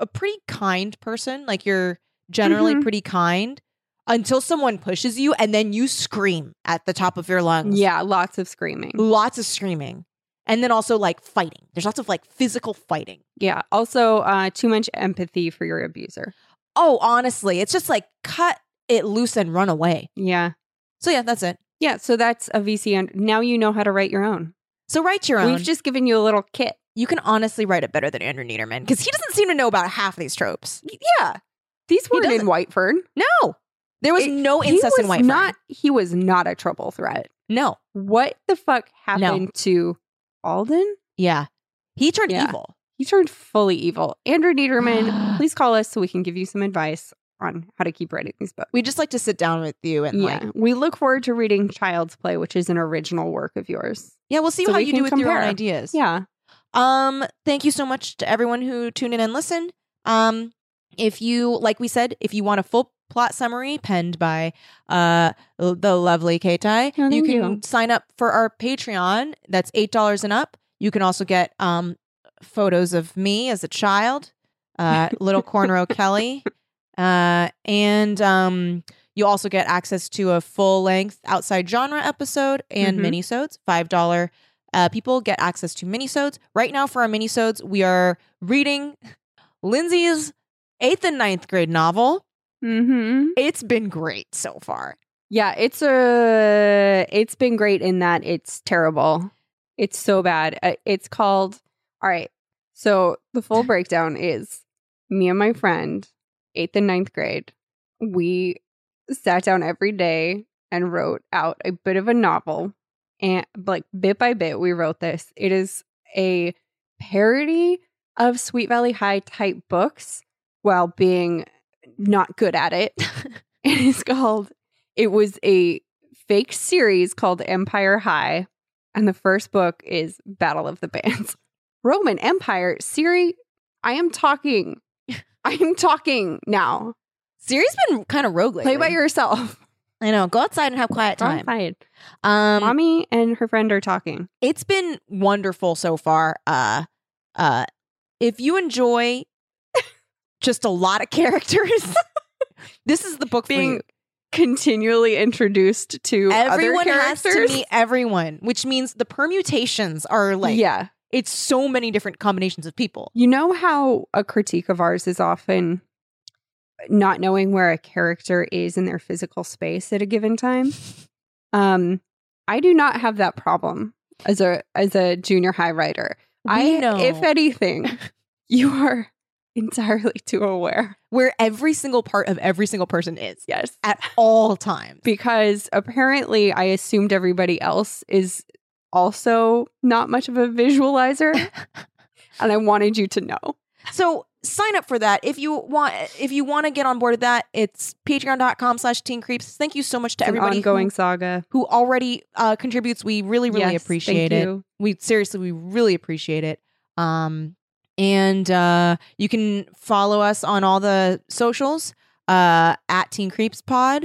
S4: a pretty kind person. Like you're generally
S3: Mhm.
S4: pretty kind until someone pushes you, and then you scream at the top of your lungs.
S3: Yeah. Lots of screaming.
S4: lots of screaming and then also like fighting there's lots of like physical fighting
S3: Yeah. Also, uh, too much empathy for your abuser.
S4: oh honestly it's just like cut it loose and run away
S3: Yeah.
S4: so yeah that's it
S3: Yeah. So that's a VC. And now you know how to write your own.
S4: so write your own
S3: We've just given you a little kit.
S4: you can honestly write it better than andrew niederman because he doesn't seem to know about half these tropes
S3: Yeah. These weren't in
S4: doesn't.
S3: Whiteford.
S4: no there was
S3: It-
S4: no
S3: He
S4: incest in
S3: was
S4: white
S3: Not, he was not a trouble threat.
S4: no
S3: what the fuck happened to Alden?
S4: yeah he turned
S3: Yeah.
S4: evil
S3: He turned fully evil. Andrew Niederman, please call us so we can give you some advice on how to keep writing these books.
S4: we just like to sit down with you and like
S3: yeah, we look forward to reading Child's Play, which is an original work of yours.
S4: yeah we'll see
S3: So
S4: how
S3: we
S4: you
S3: can
S4: do with your own
S3: compare.
S4: ideas
S3: Yeah,
S4: Um, thank you so much to everyone who tuned in and listened. Um, if you, like we said, if you want a full plot summary penned by uh, l- the lovely Kaitai.
S3: Oh,
S4: you
S3: thank
S4: can
S3: you.
S4: sign up for our Patreon. That's eight dollars and up. You can also get um, photos of me as a child, uh, little cornrow Kelly, uh, and um, you also get access to a full length outside genre episode and
S3: Mhm.
S4: minisodes. Five dollar uh, people get access to minisodes. Right now, for our minisodes, we are reading Lindsay's eighth and ninth grade novel.
S3: Mm-hmm.
S4: It's been great so far.
S3: Yeah, it's a. It's been great in that it's terrible. It's so bad. Uh, It's called. All right. So the full breakdown is me and my friend, eighth and ninth grade. We sat down every day and wrote out a bit of a novel, and like bit by bit, we wrote this. It is a parody of Sweet Valley High type books while being not good at it. it is called it was a fake series called Empire High, and the first book is Battle of the Bands. Roman Empire, Siri, I am talking. I am talking now.
S4: Siri's been kind of rogue lately.
S3: Play by yourself.
S4: I know. Go outside and have quiet time.
S3: Fine.
S4: Um,
S3: Mommy and her friend are talking.
S4: it's been wonderful so far. Uh, uh, if you enjoy just a lot of characters, this is the book for you.
S3: Being continually introduced to
S4: Everyone
S3: other
S4: has to
S3: characters.
S4: meet everyone, which means the permutations are like
S3: yeah.
S4: it's so many different combinations of people.
S3: You know how a critique of ours is often not knowing where a character is in their physical space at a given time. Um, I do not have that problem as a as a junior high writer. I
S4: We know
S3: if anything, you are entirely too aware.
S4: where every single part of every single person is
S3: Yes.
S4: at all times.
S3: Because apparently I assumed everybody else is also not much of a visualizer. and I wanted you to know.
S4: So sign up for that if you want. If you want to get on board with that, it's patreon.com slash teen creeps. Thank you so much to
S3: It's an
S4: everybody who-
S3: ongoing saga.
S4: who already uh, contributes. We really, really
S3: Yes,
S4: appreciate it.
S3: thank you.
S4: We seriously, we really appreciate it. Um, and uh, you can follow us on all the socials uh, at Teen Creeps Pod.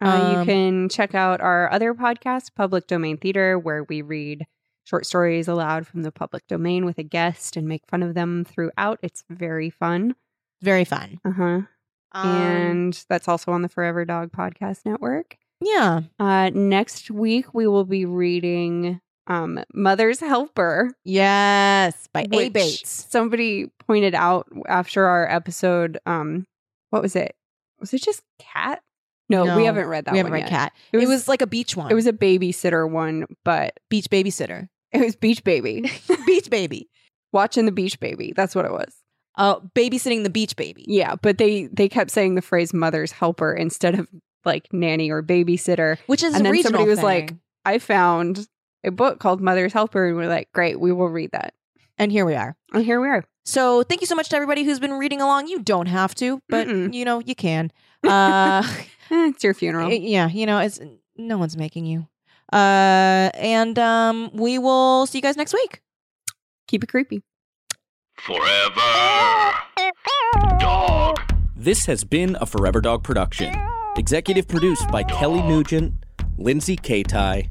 S3: Uh,
S4: Um,
S3: you can check out our other podcast, Public Domain Theater, where we read short stories aloud from the public domain with a guest and make fun of them throughout. It's very fun.
S4: Very fun.
S3: Uh huh.
S4: Um,
S3: and that's also on the Forever Dog Podcast Network.
S4: yeah,
S3: Uh, next week, we will be reading um, Mother's Helper
S4: yes, by A
S3: which
S4: Bates.
S3: Somebody pointed out after our episode, um, what was it? Was it just Cat? No,
S4: No,
S3: we haven't read that
S4: we
S3: one.
S4: haven't read
S3: yet.
S4: Cat.
S3: It was,
S4: it was like a beach one.
S3: it was a babysitter one, but
S4: beach babysitter.
S3: It was Beach Baby.
S4: beach baby.
S3: Watching the Beach Baby. That's what it was.
S4: Uh, babysitting the beach baby.
S3: Yeah, but they they kept saying the phrase mother's helper instead of like nanny or babysitter.
S4: Which is a
S3: And then
S4: regional
S3: somebody was
S4: thing.
S3: like- I found a book called Mother's Helper and we're like, "Great, we will read that."
S4: and here we are.
S3: And here we are.
S4: So thank you so much to everybody who's been reading along. You don't have to, but
S3: Mm-mm.
S4: you know you can. Uh,
S3: Eh, it's your funeral.
S4: yeah, you know it's no one's making you. Uh, and um, we will see you guys next week.
S3: Keep it creepy.
S1: Forever. Dog.
S6: This has been a Forever Dog production. Executive produced by Kelly Nugent, Lindsay Katai,